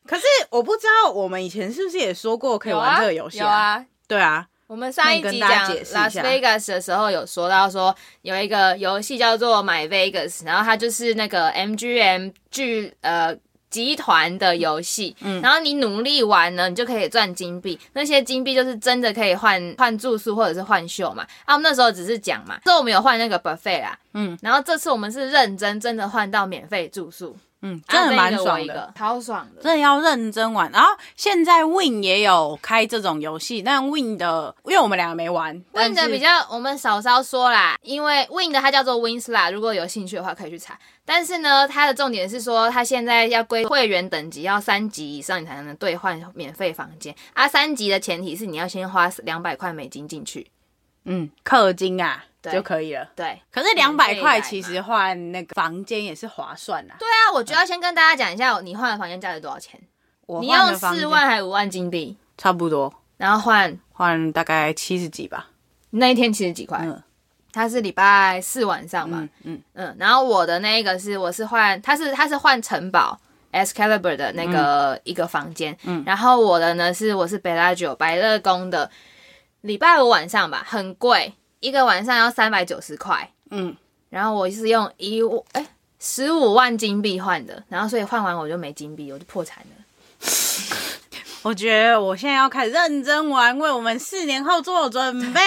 [SPEAKER 2] 可是我不知道我们以前是不是也说过可以玩这个游戏
[SPEAKER 3] 有啊，
[SPEAKER 2] 对啊，
[SPEAKER 3] 我们上一
[SPEAKER 2] 那
[SPEAKER 3] 集
[SPEAKER 2] 你跟大
[SPEAKER 3] 讲
[SPEAKER 2] 家解释一下
[SPEAKER 3] Las Vegas 的时候有说到说有一个游戏叫做 My Vegas，然后它就是那个 MGM 剧呃。集团的游戏，
[SPEAKER 2] 嗯
[SPEAKER 3] 然后你努力玩呢，你就可以赚金币。那些金币就是真的可以换换住宿或者是换秀嘛。啊，我们那时候只是讲嘛，这我们有换那个 buffet 啦，
[SPEAKER 2] 嗯
[SPEAKER 3] 嗯，然后这次我们是认真真的换到免费住宿，
[SPEAKER 2] 嗯，真的蛮
[SPEAKER 3] 啊这
[SPEAKER 2] 爽
[SPEAKER 3] 一个我一
[SPEAKER 2] 的。
[SPEAKER 3] 个超爽的。
[SPEAKER 2] 真的要认真玩。然后现在 Win 也有开这种游戏，但 Win 的，因为我们两个没玩
[SPEAKER 3] Win 的比
[SPEAKER 2] 较
[SPEAKER 3] 较，我们少稍说啦，因为 Win 的它叫做 Winsla，如果有兴趣的话可以去查。但是呢，它的重点是说，它现在要归会员等级，要三级以上你才能兑换免费房间。啊，三级的前提是你要先花两百块美金进去，
[SPEAKER 2] 嗯氪金啊
[SPEAKER 3] 对嗯
[SPEAKER 2] 就可以了。
[SPEAKER 3] 对。
[SPEAKER 2] 可是两百
[SPEAKER 3] 免费来
[SPEAKER 2] 块
[SPEAKER 3] 嘛
[SPEAKER 2] 其实换那个房间也是划算啊。
[SPEAKER 3] 对啊，我就要先跟大家讲一下，你换的房间价值多少钱？
[SPEAKER 2] 我
[SPEAKER 3] 你
[SPEAKER 2] 换
[SPEAKER 3] 用
[SPEAKER 2] 的房
[SPEAKER 3] 四
[SPEAKER 2] 间
[SPEAKER 3] 万还五万金币，
[SPEAKER 2] 差不多，
[SPEAKER 3] 然后换
[SPEAKER 2] 换大概七十几吧。
[SPEAKER 3] 那一天其实几块？
[SPEAKER 2] 嗯
[SPEAKER 3] 它是礼拜四晚上嘛，
[SPEAKER 2] 嗯嗯，
[SPEAKER 3] 嗯，然后我的那一个是我是换，它是它是换城堡 Excalibur 的那个一个房间，嗯，然后我的呢是我是 Bellagio 百乐宫的，礼拜五晚上吧，很贵，一个晚上要三百九十块，
[SPEAKER 2] 嗯，
[SPEAKER 3] 然后我是用一五哎十五万金币换的，然后所以换完我就没金币，我就破产了。
[SPEAKER 2] 我觉得我现在要开始认真玩，为我们四年后做准 备。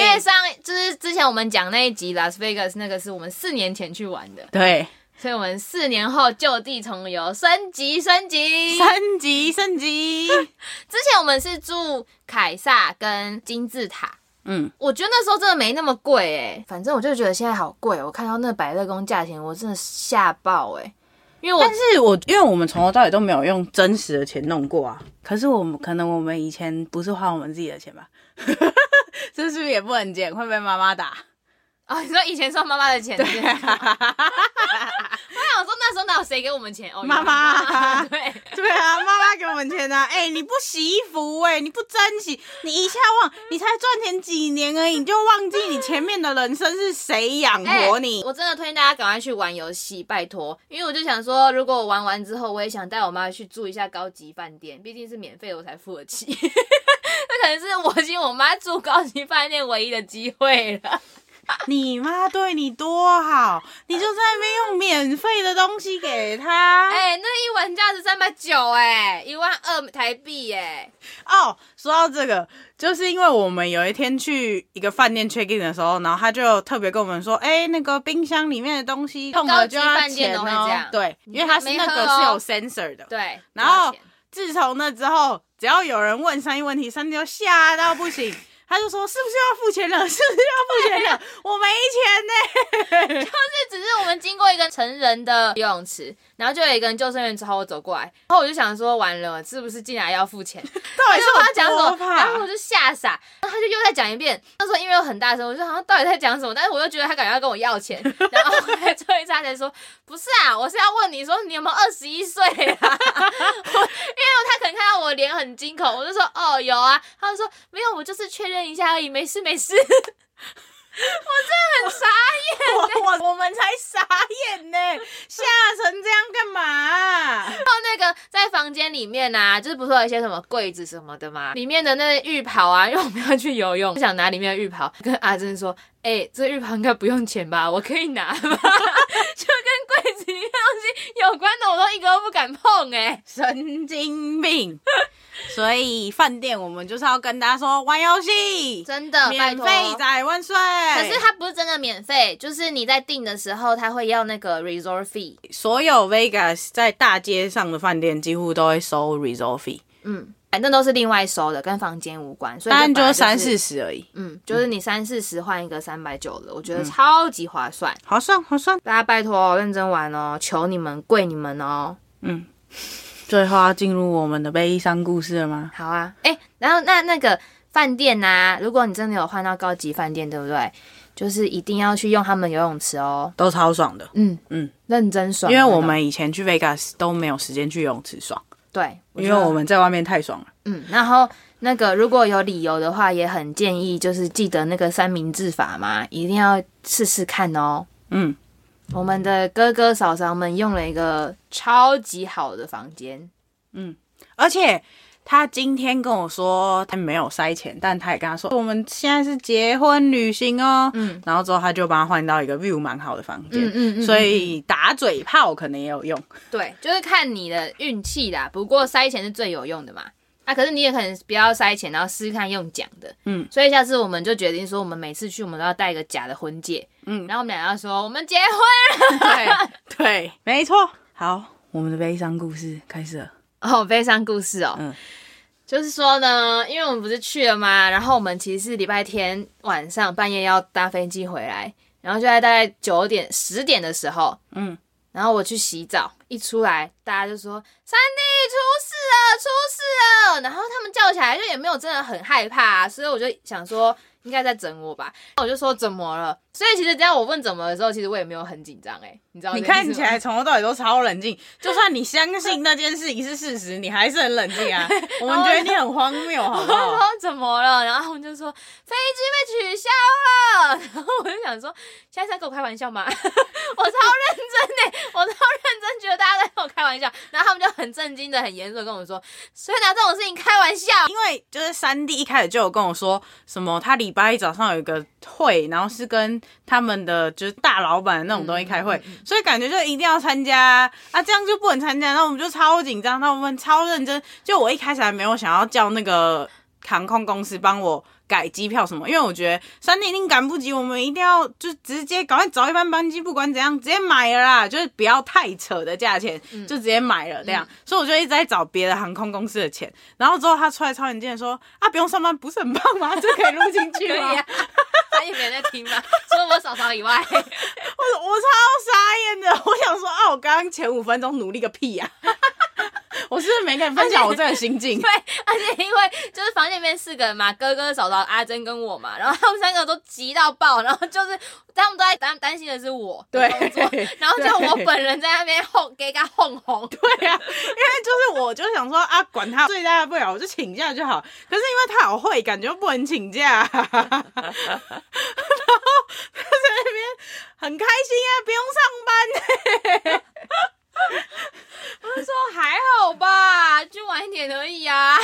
[SPEAKER 3] 因为上就是之前我们讲那一集 Las Vegas 那个是我们四年前去玩的，
[SPEAKER 2] 对，
[SPEAKER 3] 所以我们四年后就地重游，升级升级。
[SPEAKER 2] 升级升级，
[SPEAKER 3] 之前我们是住凯撒跟金字塔。
[SPEAKER 2] 嗯，
[SPEAKER 3] 我觉得那时候真的没那么贵哎、反正我就觉得现在好贵。我看到那百乐宫价钱，我真的吓爆哎、因为我
[SPEAKER 2] 但是我因为我们从头到尾都没有用真实的钱弄过啊，可是我们可能我们以前不是花我们自己的钱吧， 这是不是也不能捡，会被妈妈打？
[SPEAKER 3] 哦，你说以前算妈妈的钱，对、 我想说那时候哪有谁给我们钱哦，
[SPEAKER 2] 妈妈
[SPEAKER 3] 有妈妈 对。
[SPEAKER 2] 对啊，妈妈给我们钱啊！哎、 你不洗衣服、哎，你不珍惜，你一下忘，你才赚钱几年而已，你就忘记你前面的人生是谁养活你。
[SPEAKER 3] 哎我真的推荐大家赶快去玩游戏，拜托！因为我就想说，如果我玩完之后，我也想带我妈去住一下高级饭店，毕竟是免费的，我才付得起。 那可能是我请我妈住高级饭店唯一的机会了。
[SPEAKER 2] 你妈对你多好，你就在那边用免费的东西给她。
[SPEAKER 3] 哎、那一晚价值三百九，哎，一万二台币、哎，
[SPEAKER 2] 哦，说到这个，就是因为我们有一天去一个饭店 check in 的时候，然后他就特别跟我们说，哎、那个冰箱里面的东西碰了就要钱
[SPEAKER 3] 高级饭店都会这
[SPEAKER 2] 哦
[SPEAKER 3] 样。
[SPEAKER 2] 对，因为它是那个
[SPEAKER 3] 没喝哦
[SPEAKER 2] 是有 sensor 的。
[SPEAKER 3] 对，
[SPEAKER 2] 然后
[SPEAKER 3] 多少钱
[SPEAKER 2] 自从那之后，只要有人问三一问题，三一就吓到不行。他就说：“是不是要付钱了？是不是 要付钱
[SPEAKER 3] 哎
[SPEAKER 2] 了？我没钱呢、
[SPEAKER 3] 只是我们经过一个成人的游泳池，然后就有一个人救生员朝我走过来，然后我就想说完了，是不是进来要付钱？
[SPEAKER 2] 到
[SPEAKER 3] 他
[SPEAKER 2] 底
[SPEAKER 3] 就是不知道讲什
[SPEAKER 2] 我多
[SPEAKER 3] 么，然后
[SPEAKER 2] 怕
[SPEAKER 3] 我？就吓傻，然后他就又再讲一遍。那时候因为有很大声，我就好像到底在讲什么，但是我又觉得他感觉要跟我要钱， 然后后来最后一次他才说不是啊，我是要问你说你有没有二十一岁 啊？我因为他可能看到我脸很惊恐，我就说哦有啊，他就说没有，我就是确认一下而已，没事没事。我真的很傻眼。
[SPEAKER 2] 我我我们才傻眼呢、吓成这样干嘛啊、
[SPEAKER 3] 到那个在房间里面啊，就是不是有一些什么柜子什么的嘛，里面的那浴袍啊， 因为我们要去游泳，就想拿里面的浴袍，跟阿珍说，哎、这浴袍应该不用钱吧，我可以拿吧，就 跟柜子里面东西有关的，我都一个都不敢碰、哎，
[SPEAKER 2] 神经病！所以饭店我们就是要跟大家说，玩游戏，
[SPEAKER 3] 真的，拜
[SPEAKER 2] 免
[SPEAKER 3] 托。
[SPEAKER 2] 费仔万岁。
[SPEAKER 3] 可
[SPEAKER 2] 可
[SPEAKER 3] 是它不是真的免费，就是你在订的时候，他会要那个 resort fee。
[SPEAKER 2] 所有 Vegas 在大街上的饭店几乎都会收 resort fee，
[SPEAKER 3] 嗯，反正都是另外收的，跟房间无关，所以
[SPEAKER 2] 当然
[SPEAKER 3] 就本
[SPEAKER 2] 就
[SPEAKER 3] 来
[SPEAKER 2] 是
[SPEAKER 3] 是
[SPEAKER 2] 三四，十而已，
[SPEAKER 3] 嗯，就是你三四十换一个三百九的，我觉得超级划算。
[SPEAKER 2] 好算好算。
[SPEAKER 3] 大家拜托哦，认真玩哦，求你们，跪你们哦。
[SPEAKER 2] 最后要进入我们的悲伤故事了吗？
[SPEAKER 3] 好啊，哎、然后那那个饭店呐、如果你真的有换到高级饭店，对不对？就是一定要去用他们游泳池哦。
[SPEAKER 2] 都超爽的，
[SPEAKER 3] 嗯
[SPEAKER 2] 嗯
[SPEAKER 3] 嗯，认真爽
[SPEAKER 2] 因
[SPEAKER 3] 那
[SPEAKER 2] 为
[SPEAKER 3] 种，
[SPEAKER 2] 我们以前去 Vegas 都没有时间去游泳池爽，
[SPEAKER 3] 对，
[SPEAKER 2] 因
[SPEAKER 3] 觉
[SPEAKER 2] 为
[SPEAKER 3] 得
[SPEAKER 2] 我们在外面太爽了。
[SPEAKER 3] 嗯，然后那个如果有理由的话，也很建议就是记得那个三明治法嘛，一定要试试看哦。
[SPEAKER 2] 嗯，
[SPEAKER 3] 我们的哥哥嫂嫂们用了一个超级好的房间，
[SPEAKER 2] 而且他今天跟我说他没有塞钱，但他也跟他说我们现在是结婚旅行哦，嗯，然后之后他就帮他换到一个 view 蛮好的房间，
[SPEAKER 3] 嗯嗯嗯
[SPEAKER 2] 所以打嘴炮可能也有用。
[SPEAKER 3] 对，就是看你的运气啦。不过塞钱是最有用的嘛。啊，可是你也可能不要塞钱，然后试试看用假的。
[SPEAKER 2] 嗯，
[SPEAKER 3] 所以下次我们就决定说，我们每次去我们都要带一个假的婚戒。
[SPEAKER 2] 嗯
[SPEAKER 3] 然后我们俩要说我们结婚
[SPEAKER 2] 对 对，没错。好，我们的悲伤故事开始了。
[SPEAKER 3] 哦，悲伤故事哦。
[SPEAKER 2] 嗯
[SPEAKER 3] 就是说呢，因为我们不是去了吗？然后我们其实是礼拜天晚上半夜要搭飞机回来，然后就在大概九点十点的时候，
[SPEAKER 2] 嗯，
[SPEAKER 3] 然后我去洗澡，一出来大家就说三弟出事了，出事了。然后他们叫起来就也没有真的很害怕、所以我就想说应该在整我吧，我就说怎么了？所以其实只要我问怎么的时候，其实我也没有很紧张哎、你知道
[SPEAKER 2] 你
[SPEAKER 3] 这件事
[SPEAKER 2] 看起
[SPEAKER 3] 吗
[SPEAKER 2] 来从头到尾都超冷静，就算你相 信那件事情是事实，你还是很冷静啊。我们觉得你很荒谬，好
[SPEAKER 3] 我
[SPEAKER 2] 不 哦
[SPEAKER 3] 就
[SPEAKER 2] 好？
[SPEAKER 3] 说怎么了？然后我们就说飞机被取消了。然后我就想说，现在在跟我开玩笑吗？我超 认真呢、我超认真，觉得大家在跟我开玩笑。然后他们就很震惊的、很严肃的跟我说，谁拿这种事情开玩笑？
[SPEAKER 2] 因为就是三弟一开始就有跟我说什么，他礼拜一早上有一个会，然后是跟他们的就是大老板那种东西开
[SPEAKER 3] 嗯
[SPEAKER 2] 会，所以感觉就一定要参加啊，这样就不能参加，那我们就超紧张，那我们超认真。就我一开始还没有想要叫那个航空公司帮我改机票什么，因为我觉得三天一定赶不及，我们一定要就直接赶快找一班班机，不管怎样直接买了啦，就是不要太扯的价钱，就直接买了这样。所以我就一直在找别的航空公司的钱，然后之后他出来超人间说啊，不用上班不是很棒吗？这可以录进 去
[SPEAKER 3] 可以
[SPEAKER 2] 吗？
[SPEAKER 3] 啊，他也没有在听吧？除了我嫂嫂以外，
[SPEAKER 2] 我我超傻眼的，我想说啊，我刚刚前五分钟努力个屁呀、 我是不是没跟你分享我这个心境？
[SPEAKER 3] 对，而且因为就是房间里面四个人嘛，哥哥、嫂嫂、阿珍跟我嘛，然后他们三个都急到爆，然后就是他们都在担担心的是我的
[SPEAKER 2] 对
[SPEAKER 3] 工作，然后就我本人在那边哄，给他哄哄，
[SPEAKER 2] 对呀、啊因为就是我就想说啊，管他最大不了我就请假就好。可是因为他好会，感觉不能请假、 然后他在那边很开心啊，不用上班、
[SPEAKER 3] 我就说还好吧，就晚一点而已啊。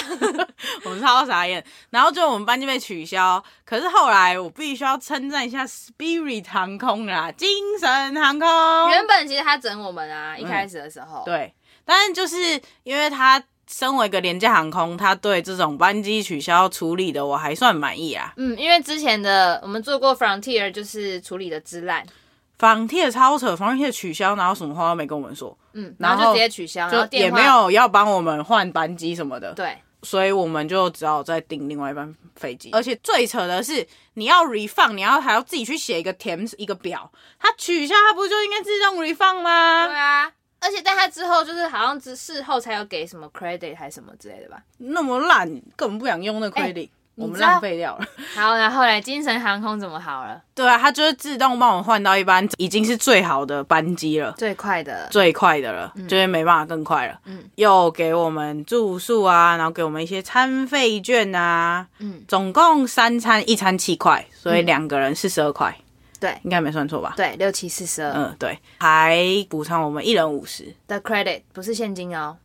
[SPEAKER 2] 我们超傻眼，然后就我们班就被取消。可是后来我必须要称赞一下 Spirit 航空啦，精神航空。
[SPEAKER 3] 原本其实他整我们啊，一开始的时候，
[SPEAKER 2] 对，但是就是因为他身为一个廉价航空，他对这种班机取消处理的我还算满意啊。
[SPEAKER 3] 嗯，因为之前的我们做过 Frontier，就是处理的之烂，
[SPEAKER 2] 仿贴超扯，仿贴取消，然后什么话都没跟我们说，
[SPEAKER 3] 嗯，
[SPEAKER 2] 然
[SPEAKER 3] 然
[SPEAKER 2] 后
[SPEAKER 3] 后就直接取消，然后
[SPEAKER 2] 就也
[SPEAKER 3] 电话
[SPEAKER 2] 没有要帮我们换班机什么的，
[SPEAKER 3] 对，
[SPEAKER 2] 所以我们就只好再订另外一班飞机。而且最扯的是，你要 refund，你要还要自己去写一个填一个表，它取消它不就应该自动 refund 吗？
[SPEAKER 3] 对啊。而且，但他之后就是好像只事后才有给什么 credit 还是什么之类的吧。
[SPEAKER 2] 那么烂，根本不想用那 credit，、我们
[SPEAKER 3] 哎知道
[SPEAKER 2] 浪费掉了。
[SPEAKER 3] 好，然后来精神航空怎么好了？
[SPEAKER 2] 对啊，它就是自动帮我换到一班已经是最好的班机了。
[SPEAKER 3] 最快的，
[SPEAKER 2] 最快的了，就是没办法更快了。
[SPEAKER 3] 嗯，
[SPEAKER 2] 又给我们住宿啊，然后给我们一些餐费券啊，
[SPEAKER 3] 嗯，
[SPEAKER 2] 总共三餐一餐七块，所以两个人是十二块，
[SPEAKER 3] 对
[SPEAKER 2] 应该没算错吧？
[SPEAKER 3] 对，六七四十二
[SPEAKER 2] 嗯，对，还补偿我们一人五十，
[SPEAKER 3] 的 credit 不是现金哦。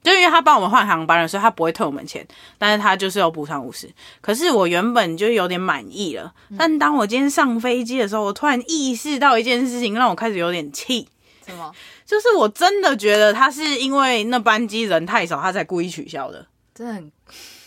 [SPEAKER 2] 就因为他帮我们换航班了，所以他不会退我们钱，但是他就是有补偿五十。可是我原本就有点满意了，但当我今天上飞机的时候，我突然意识到一件事情，让我开始有点气。
[SPEAKER 3] 什么？
[SPEAKER 2] 就是我真的觉得他是因为那班机人太少，他才故意取消的，
[SPEAKER 3] 真的很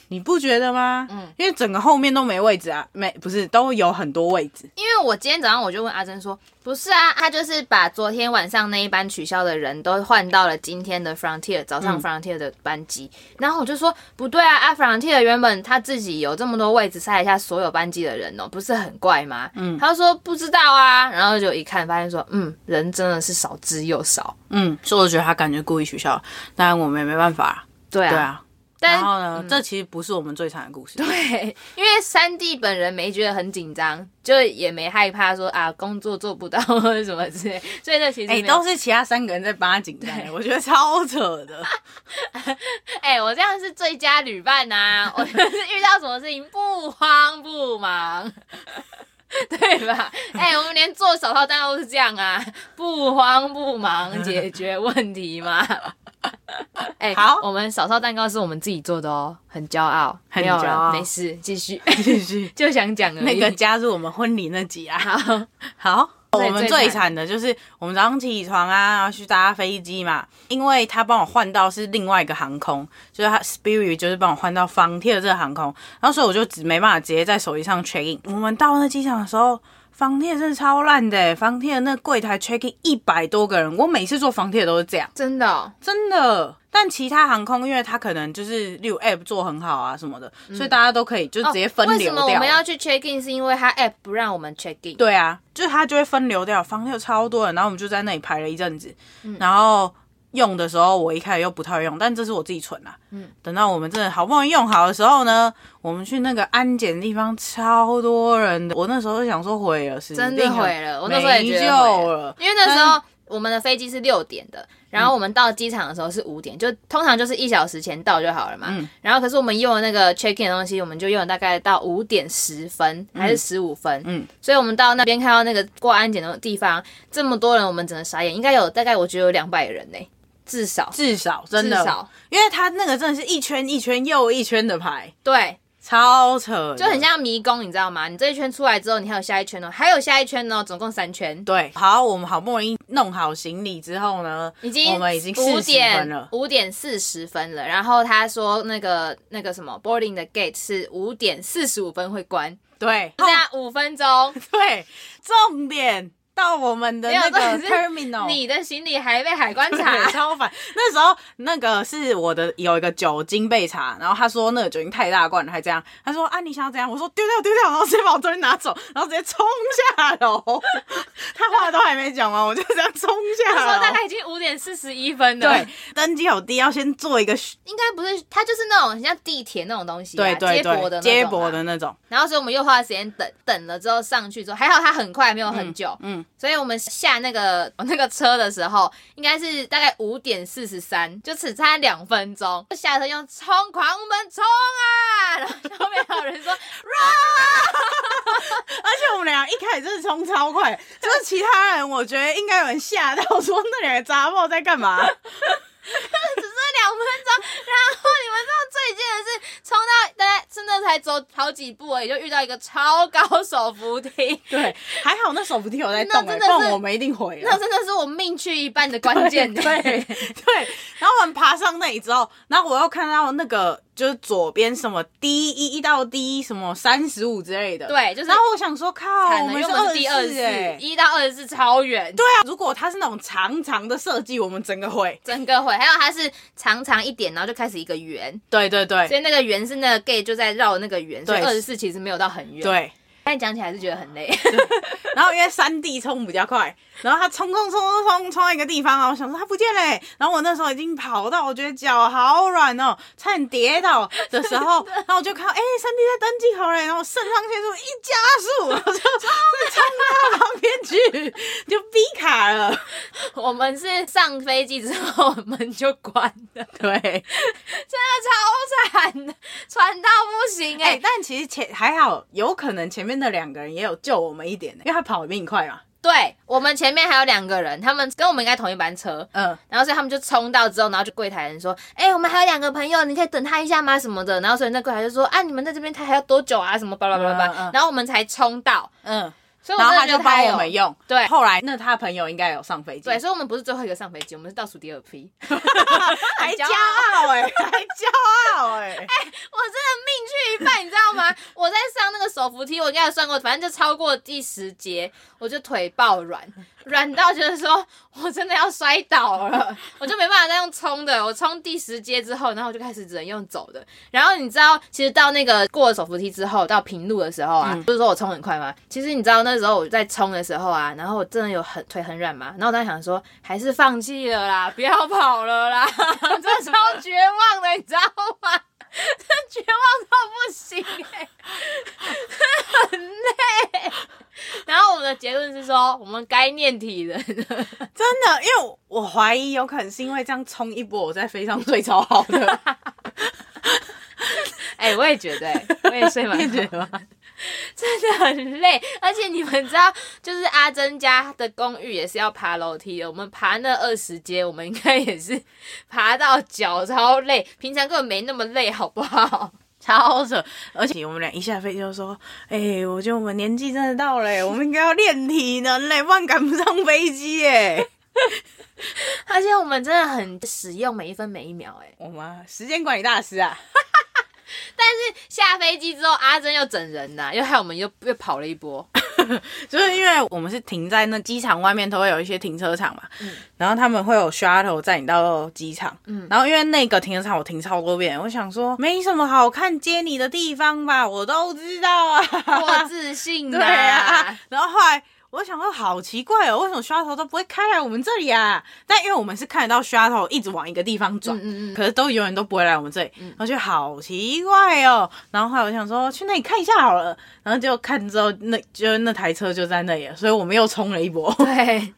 [SPEAKER 2] 你不觉得吗？
[SPEAKER 3] 嗯，
[SPEAKER 2] 因为整个后面都没位置啊，没不是都有很多位置，
[SPEAKER 3] 因为我今天早上我就问阿珍说，不是啊，他就是把昨天晚上那一班取消的人都换到了今天的 Frontier 早
[SPEAKER 2] 嗯
[SPEAKER 3] 上 Frontier 的班机，然后我就说不对啊，啊 Frontier 原本他自己有这么多位置塞一下所有班机的人哦，不是很怪吗？嗯，他就说不知道啊，然后就一看发现说，嗯，人真的是少之又少，
[SPEAKER 2] 嗯，所以我觉得他感觉故意取消了，当然我们也没办法，
[SPEAKER 3] 对啊，
[SPEAKER 2] 对啊。
[SPEAKER 3] 但
[SPEAKER 2] 然后呢，这其实不是我们最惨的故 事，
[SPEAKER 3] 对，因为三弟本人没觉得很紧张，就也没害怕说啊工作做不到或者什么之类，所以这其实没
[SPEAKER 2] 哎、
[SPEAKER 3] 有
[SPEAKER 2] 都是其他三个人在帮他紧张，我觉得超扯的。
[SPEAKER 3] 哎、我这样是最佳旅伴 呐、我就是遇到什么事情不慌不忙， 对吧？哎、我们连做手套蛋糕都是这样啊，不慌不忙解决问题 嘛。哎、
[SPEAKER 2] 好
[SPEAKER 3] 我们手套蛋糕是我们自己做的哦，很骄傲，
[SPEAKER 2] 很
[SPEAKER 3] 没有
[SPEAKER 2] 骄
[SPEAKER 3] 了
[SPEAKER 2] 傲
[SPEAKER 3] 没事，继续，
[SPEAKER 2] 继续，
[SPEAKER 3] 就想讲而
[SPEAKER 2] 那
[SPEAKER 3] 已
[SPEAKER 2] 个加入我们婚礼那集啊，
[SPEAKER 3] 好，
[SPEAKER 2] 好，
[SPEAKER 3] 对
[SPEAKER 2] 我们最惨的就是我们早上起床啊，然后去搭飞机嘛，因为他帮我换到是另外一个航空，就是他 Spirit 就是帮我换到 Frontier 这个航空，然后所以我就只没办法直接在手机上 check in。我们到那机场的时候。房贴真的超烂的欸，房贴那柜台 check in 一百多个人，我每次做房贴都是这样，
[SPEAKER 3] 真的哦、
[SPEAKER 2] 真的。但其他航空，因为它可能就是例如 app 做很好啊什么的，所以大家都可以就直接分
[SPEAKER 3] 嗯哦为什
[SPEAKER 2] 流
[SPEAKER 3] 么我
[SPEAKER 2] 掉
[SPEAKER 3] 们
[SPEAKER 2] 了。
[SPEAKER 3] 要去 check in？是因为他 app 不让我们 check in。
[SPEAKER 2] 对啊，就是他就会分流掉，房间有超多人，然后我们就在那里排了一阵子，
[SPEAKER 3] 嗯
[SPEAKER 2] 然后用的时候我一开始又不太会用，但这是我自己存啦、嗯，等到我们真的好不容易用好的时候呢，我们去那个安检地方超多人的，我那时候就想说毁了，死
[SPEAKER 3] 真
[SPEAKER 2] 定
[SPEAKER 3] 的
[SPEAKER 2] 了
[SPEAKER 3] 毁了，我那时候也觉得
[SPEAKER 2] 没
[SPEAKER 3] 毁
[SPEAKER 2] 救
[SPEAKER 3] 了
[SPEAKER 2] 了，，
[SPEAKER 3] 因为那时候我们的飞机是六点的，然后我们到机场的时候是五点，就通常就是一小时前到就好了嘛。
[SPEAKER 2] 嗯
[SPEAKER 3] 然后可是我们用的那个 check in 的东西，我们就用了大概到五点十分还是十五分，
[SPEAKER 2] 嗯
[SPEAKER 3] 所以我们到那边看到那个过安检的地方这么多人，我们只能傻眼，应该有大概我觉得有两百人呢、至少
[SPEAKER 2] 至少真的
[SPEAKER 3] 至少
[SPEAKER 2] 因为他那个真的是一圈一圈又一圈的排，
[SPEAKER 3] 对。
[SPEAKER 2] 超扯的，
[SPEAKER 3] 就很像迷宫，你知道吗？你这一圈出来之后，你还有下一圈哦，还有下一圈哦，总共三圈。
[SPEAKER 2] 对。好，我们好不容易弄好行李之后呢，
[SPEAKER 3] 已经
[SPEAKER 2] 我们已经
[SPEAKER 3] 五
[SPEAKER 2] 四十分
[SPEAKER 3] 点
[SPEAKER 2] 了，
[SPEAKER 3] 五点四十分了，然后他说那个那个什么 boarding 的 gate 是五点四十五分会关，
[SPEAKER 2] 对，
[SPEAKER 3] 剩下五分钟，
[SPEAKER 2] 对，重点到我们的
[SPEAKER 3] 没有
[SPEAKER 2] 那个
[SPEAKER 3] 重点是
[SPEAKER 2] terminal，
[SPEAKER 3] 你的行李还被海关
[SPEAKER 2] 对，
[SPEAKER 3] 查，
[SPEAKER 2] 超烦。那时候那个是我的有一个酒精被查，然后他说那个酒精太大罐了，还这样。他说啊，你想要怎样？我说丢掉丢掉，然后直接把我东西拿走，然后直接冲下楼。他话都还没讲完，我就这样冲
[SPEAKER 3] 那时
[SPEAKER 2] 下
[SPEAKER 3] 候大
[SPEAKER 2] 楼。
[SPEAKER 3] 概已经五点四十一分了。
[SPEAKER 2] 对，，登机有地要先做一个
[SPEAKER 3] 应该不是，它就是那种很像地铁那种东西啊、
[SPEAKER 2] 对对
[SPEAKER 3] 接驳的那
[SPEAKER 2] 对
[SPEAKER 3] 种啊
[SPEAKER 2] 接驳的。那种，
[SPEAKER 3] 然后所以我们又花了时间等，等了之后上去之后，还好它很快，没有很久。
[SPEAKER 2] 嗯，
[SPEAKER 3] 所以我们下那个 那个车的时候，应该是大概五点四十三，就只差两分钟。下车用冲狂奔冲啊！ 然后后面还有人说
[SPEAKER 2] 而且我们俩一开始真的冲超快，就是其他人我觉得应该有人吓到，说那两个杂货在干 嘛？
[SPEAKER 3] 只剩两分钟。 然后你们知道最近的是冲到大概真的才走好几步而已，就遇到一个超高手扶梯。
[SPEAKER 2] 对，还好那手扶梯有在
[SPEAKER 3] 那
[SPEAKER 2] 动、欸，
[SPEAKER 3] 真
[SPEAKER 2] 不
[SPEAKER 3] 的
[SPEAKER 2] 然
[SPEAKER 3] 是
[SPEAKER 2] 我们一定毁了。
[SPEAKER 3] 那真的是我命去一半的关键。
[SPEAKER 2] 对对 对，然后我们爬上那里之后，然后我又看到那个就是左边什么 D 一一到 D 什么三十五之类的，。
[SPEAKER 3] 对，就是
[SPEAKER 2] 然后我想说，靠，
[SPEAKER 3] 惨
[SPEAKER 2] 我
[SPEAKER 3] 了，因为
[SPEAKER 2] 们
[SPEAKER 3] 我
[SPEAKER 2] 是
[SPEAKER 3] 们是
[SPEAKER 2] 二
[SPEAKER 3] 第二欸十
[SPEAKER 2] 四哎，
[SPEAKER 3] 一到二十四超远。对，
[SPEAKER 2] 对啊，如果它是那种长长的设计，我们整个会。
[SPEAKER 3] 整个会，还有它是长长一点，然后就开始一个圆，
[SPEAKER 2] 对对对
[SPEAKER 3] 所以那个圆是那个 gay 就在绕那个圆，所以
[SPEAKER 2] 对
[SPEAKER 3] 二十四其实没有到很远。，
[SPEAKER 2] 对，
[SPEAKER 3] 但讲起来还是觉得很累。
[SPEAKER 2] 然后因为山地冲比较快，然后它冲冲冲冲冲冲到一个地方啊，我想说它不见嘞、然后我那时候已经跑到，我觉得脚好软哦，差点跌倒的时候，然后我就看到哎、山地在登记口欸嘞，然后肾上腺素一加速，然后就冲到旁边去，就逼卡了。
[SPEAKER 3] 我们是上飞机之后门就关了，
[SPEAKER 2] 对，
[SPEAKER 3] 真的超惨的，喘到不行哎、
[SPEAKER 2] 哎、但其实前还好，有可能前面的两个人也有救我们一点、因为他跑得比你快啊嘛。
[SPEAKER 3] 对我们前面还有两个人，他们跟我们应该同一班车，
[SPEAKER 2] 嗯，
[SPEAKER 3] 然后所以他们就冲到之后，然后就柜台人说：“哎、我们还有两个朋友，你可以等他一下吗？什么的。”然后所以那柜台就说：“啊，你们在这边他还要多久啊？什么巴拉巴拉巴拉。
[SPEAKER 2] 嗯嗯
[SPEAKER 3] 然后我们才冲到，
[SPEAKER 2] 嗯，
[SPEAKER 3] 所以我
[SPEAKER 2] 然后
[SPEAKER 3] 真的
[SPEAKER 2] 他
[SPEAKER 3] 觉
[SPEAKER 2] 就
[SPEAKER 3] 得
[SPEAKER 2] 帮
[SPEAKER 3] 有
[SPEAKER 2] 我们用。
[SPEAKER 3] 对
[SPEAKER 2] 后来那他朋友应该有上飞机，
[SPEAKER 3] 对，所以我们不是最后一个上飞机，我们是倒数第二批。
[SPEAKER 2] 还
[SPEAKER 3] 骄
[SPEAKER 2] 骄
[SPEAKER 3] 傲
[SPEAKER 2] 傲哎、还骄傲
[SPEAKER 3] 我
[SPEAKER 2] 哎、
[SPEAKER 3] 真的命去一半，你知道吗？ 我在上那个手扶梯，我应该有算过，反正就超过第十节，我就腿爆软，软到就是说我真的要摔倒了，我就没办法再用冲的。我冲第十阶之后，然后我就开始只能用走的。然后你知道，其实到那个过了手扶梯之后，到平路的时候啊，不是说我冲很快吗？其实你知道那时候我在冲的时候啊，然后我真的有很腿很软嘛，然后我当时想说，还是放弃了啦，不要跑了啦， 真的超绝望的，你知道吗？ 绝望到不行、欸，很累。然后我们的结论是说，我们该念体人了，
[SPEAKER 2] 真的，因为我我怀疑有可能是因为这样冲一波，我在飞上睡超好 的，
[SPEAKER 3] 哎、我也觉得、欸，我也睡蛮
[SPEAKER 2] 你也
[SPEAKER 3] 好
[SPEAKER 2] 觉得吗？
[SPEAKER 3] 真的很累。而且你们知道，就是阿珍家的公寓也是要爬楼梯的。我们爬那二十阶，我们应该也是爬到脚超累，平常根本没那么累，好不好？
[SPEAKER 2] 超扯！而且我们俩一下飞机就说：“哎、我觉得我们年纪真的到了、欸，我们应该要练体能嘞、不然赶不上飞机哎、
[SPEAKER 3] 而且我们真的很使用每一分每一秒、欸，哎。
[SPEAKER 2] 我妈时间管理大师啊！
[SPEAKER 3] 下飞机之后，阿珍又整人呐、又害我们又又跑了一波。
[SPEAKER 2] 就是因为我们是停在那机场外面，都会有一些停车场嘛，然后他们会有 shuttle 载你到机场，嗯，然后因为那个停车场我停超多遍，我想说没什么好看接你的地方吧，我都知道 啊，
[SPEAKER 3] 我自信呐、
[SPEAKER 2] 对啊，然后后来。我想说，好奇怪哦，为什么 shuttle 都不会开来我们这里啊？但因为我们是看得到 shuttle 一直往一个地方转，
[SPEAKER 3] 嗯嗯嗯
[SPEAKER 2] 可是都永远都不会来我们这里，然后就好奇怪哦。然后后来我想说，去那里看一下好了，然后就看之后，那就那台车就在那里了，所以我们又冲了一波。
[SPEAKER 3] 对，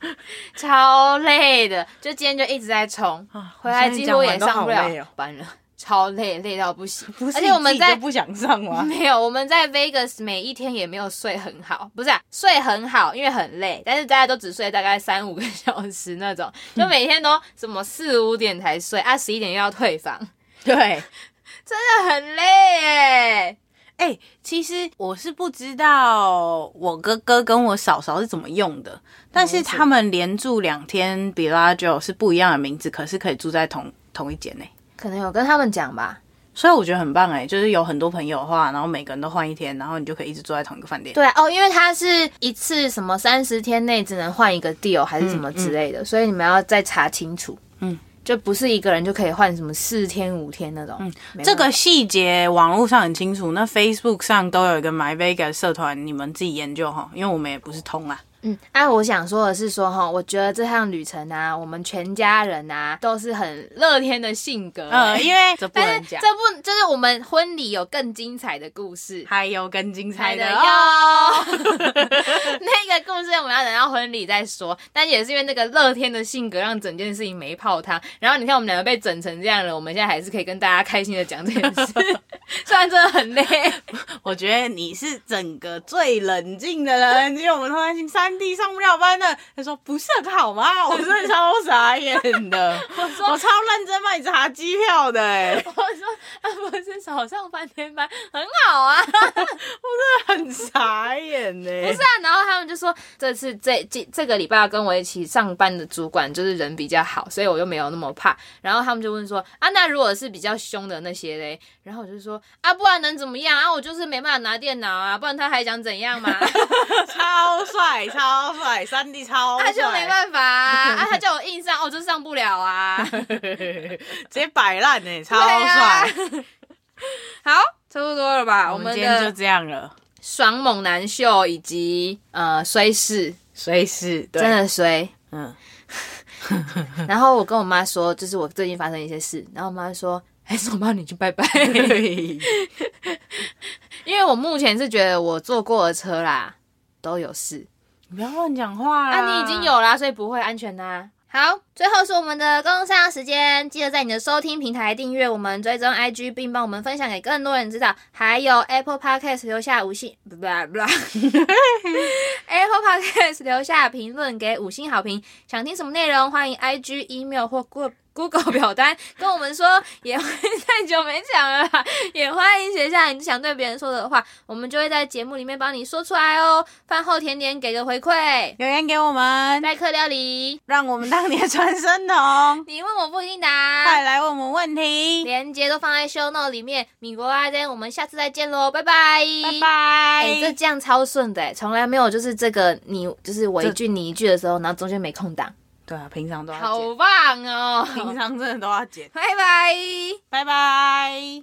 [SPEAKER 3] 超累的，就今天就一直在冲，
[SPEAKER 2] 啊
[SPEAKER 3] 回来几乎也上不
[SPEAKER 2] 我现在讲完都好累
[SPEAKER 3] 了
[SPEAKER 2] 哦
[SPEAKER 3] 班了，超累，累到不行。
[SPEAKER 2] 不是
[SPEAKER 3] 而且我们
[SPEAKER 2] 你自己
[SPEAKER 3] 在
[SPEAKER 2] 就不啊想上吗？
[SPEAKER 3] 没有我们在 Vegas 每一天也没有睡很好，不是、啊、睡很好，因为很累，但是大家都只睡大概三五个小时那 种，就每天都什么四五点 才睡，啊十一点又要退房，
[SPEAKER 2] 对，
[SPEAKER 3] 真的很累哎、
[SPEAKER 2] 其实我是不知道我哥哥跟我嫂嫂是怎么用的，但哦是他们连住两天比拉酒是不一样的名字，可是可以住在同同一间呢、
[SPEAKER 3] 可能有跟他们讲吧。
[SPEAKER 2] 所以我觉得很棒哎、就是有很多朋友的话，然后每个人都换一天，然后你就可以一直住在同一个饭店。
[SPEAKER 3] 对哦，因为它是一次什么三十天内只能换一个 deal 还是什么之类的，所以你们要再查清楚。
[SPEAKER 2] 嗯，
[SPEAKER 3] 就不是一个人就可以换什么四天五天那种。嗯
[SPEAKER 2] 这个细节网络上很清楚，那 Facebook 上都有一个 My Vegas 社团，你们自己研究哈，因为我们也不是通啊。
[SPEAKER 3] 嗯，啊，我想说的是说哈，我觉得这趟旅程啊，我们全家人啊都是很乐天的性格、欸
[SPEAKER 2] 呃，因为 这不
[SPEAKER 3] 但
[SPEAKER 2] 能
[SPEAKER 3] 是这
[SPEAKER 2] 讲，
[SPEAKER 3] 不就是我们婚礼有更精彩的故事。
[SPEAKER 2] 还有更精
[SPEAKER 3] 猜
[SPEAKER 2] 彩的
[SPEAKER 3] 的哟，
[SPEAKER 2] 哦。
[SPEAKER 3] 那个故事我们要等到婚礼再说。但也是因为那个乐天的性格，让整件事情没泡汤。然后你看我们两个被整成这样了，我们现在还是可以跟大家开心的讲这件事，虽然真的很累。
[SPEAKER 2] 我觉得你是整个最冷静的人，因为我们突然星三 D 上不了班了。他说不是很好吗？ 我真的超傻眼 的，我
[SPEAKER 3] 说
[SPEAKER 2] 超认真帮你查机票的、欸，
[SPEAKER 3] 我说啊，不是少上半天班，很好啊。
[SPEAKER 2] 很傻眼欸呢、
[SPEAKER 3] 不是 啊，然后他们就说这次这这这个礼拜要跟我一起上班的主管就是人比较好，所以我就没有那么怕。然后他们就问说啊，那如果是比较凶的那些嘞？然后我就说啊，不然能怎么样啊？我就是没办法拿电脑啊，不然他还想怎样 嘛？
[SPEAKER 2] 超帅，超帅，三 D 超帅，
[SPEAKER 3] 他就没办法啊，啊他叫我硬上，我就上不了 啊。
[SPEAKER 2] 直接摆烂呢，超
[SPEAKER 3] 对啊
[SPEAKER 2] 帅。
[SPEAKER 3] 好，差不多了吧？我
[SPEAKER 2] 我
[SPEAKER 3] 们
[SPEAKER 2] 们今天就
[SPEAKER 3] 的
[SPEAKER 2] 这样了，
[SPEAKER 3] 爽猛男秀以及呃衰事，
[SPEAKER 2] 随时对
[SPEAKER 3] 真的衰。
[SPEAKER 2] 嗯，
[SPEAKER 3] 然后我跟我妈说，就是我最近发生一些事，然后我妈就说。哎还是我帮你去拜拜，因为我目前是觉得我坐过的车啦都有事，
[SPEAKER 2] 你不要乱讲话啦。
[SPEAKER 3] 啊，你已经有啦，所以不会安全啊啦。好，最后是我们的工商时间，记得在你的收听平台订阅我们、追踪 IG，并帮我们分享给更多人知道。还有 Apple Podcast 留下五星，不不不 ，Apple Podcast 留下评论给五星好评。想听什么内容，欢迎 IG、email 或 Go- Google 表单跟我们说。也会太久没讲了啦，也欢迎写下你想对别人说的话，我们就会在节目里面帮你说出来哦。饭后甜点给个回馈。
[SPEAKER 2] 留言给我们，
[SPEAKER 3] 耐克料理，
[SPEAKER 2] 让我们当你的传声 筒，
[SPEAKER 3] 你问我不一定
[SPEAKER 2] 快
[SPEAKER 3] 答，
[SPEAKER 2] 来问我们问题。
[SPEAKER 3] 连接都放在 show note 里面。米国阿珍，我们下次再见喽，拜拜，
[SPEAKER 2] 拜
[SPEAKER 3] 哎、这
[SPEAKER 2] 拜。
[SPEAKER 3] 这样超顺的、哎，从来没有就是这个你就是我一句你一句的时候，然后中间没空档，
[SPEAKER 2] 对啊，平常都要 剪，
[SPEAKER 3] 好棒哦，
[SPEAKER 2] 平常真的都要剪。
[SPEAKER 3] 拜拜。
[SPEAKER 2] 拜拜。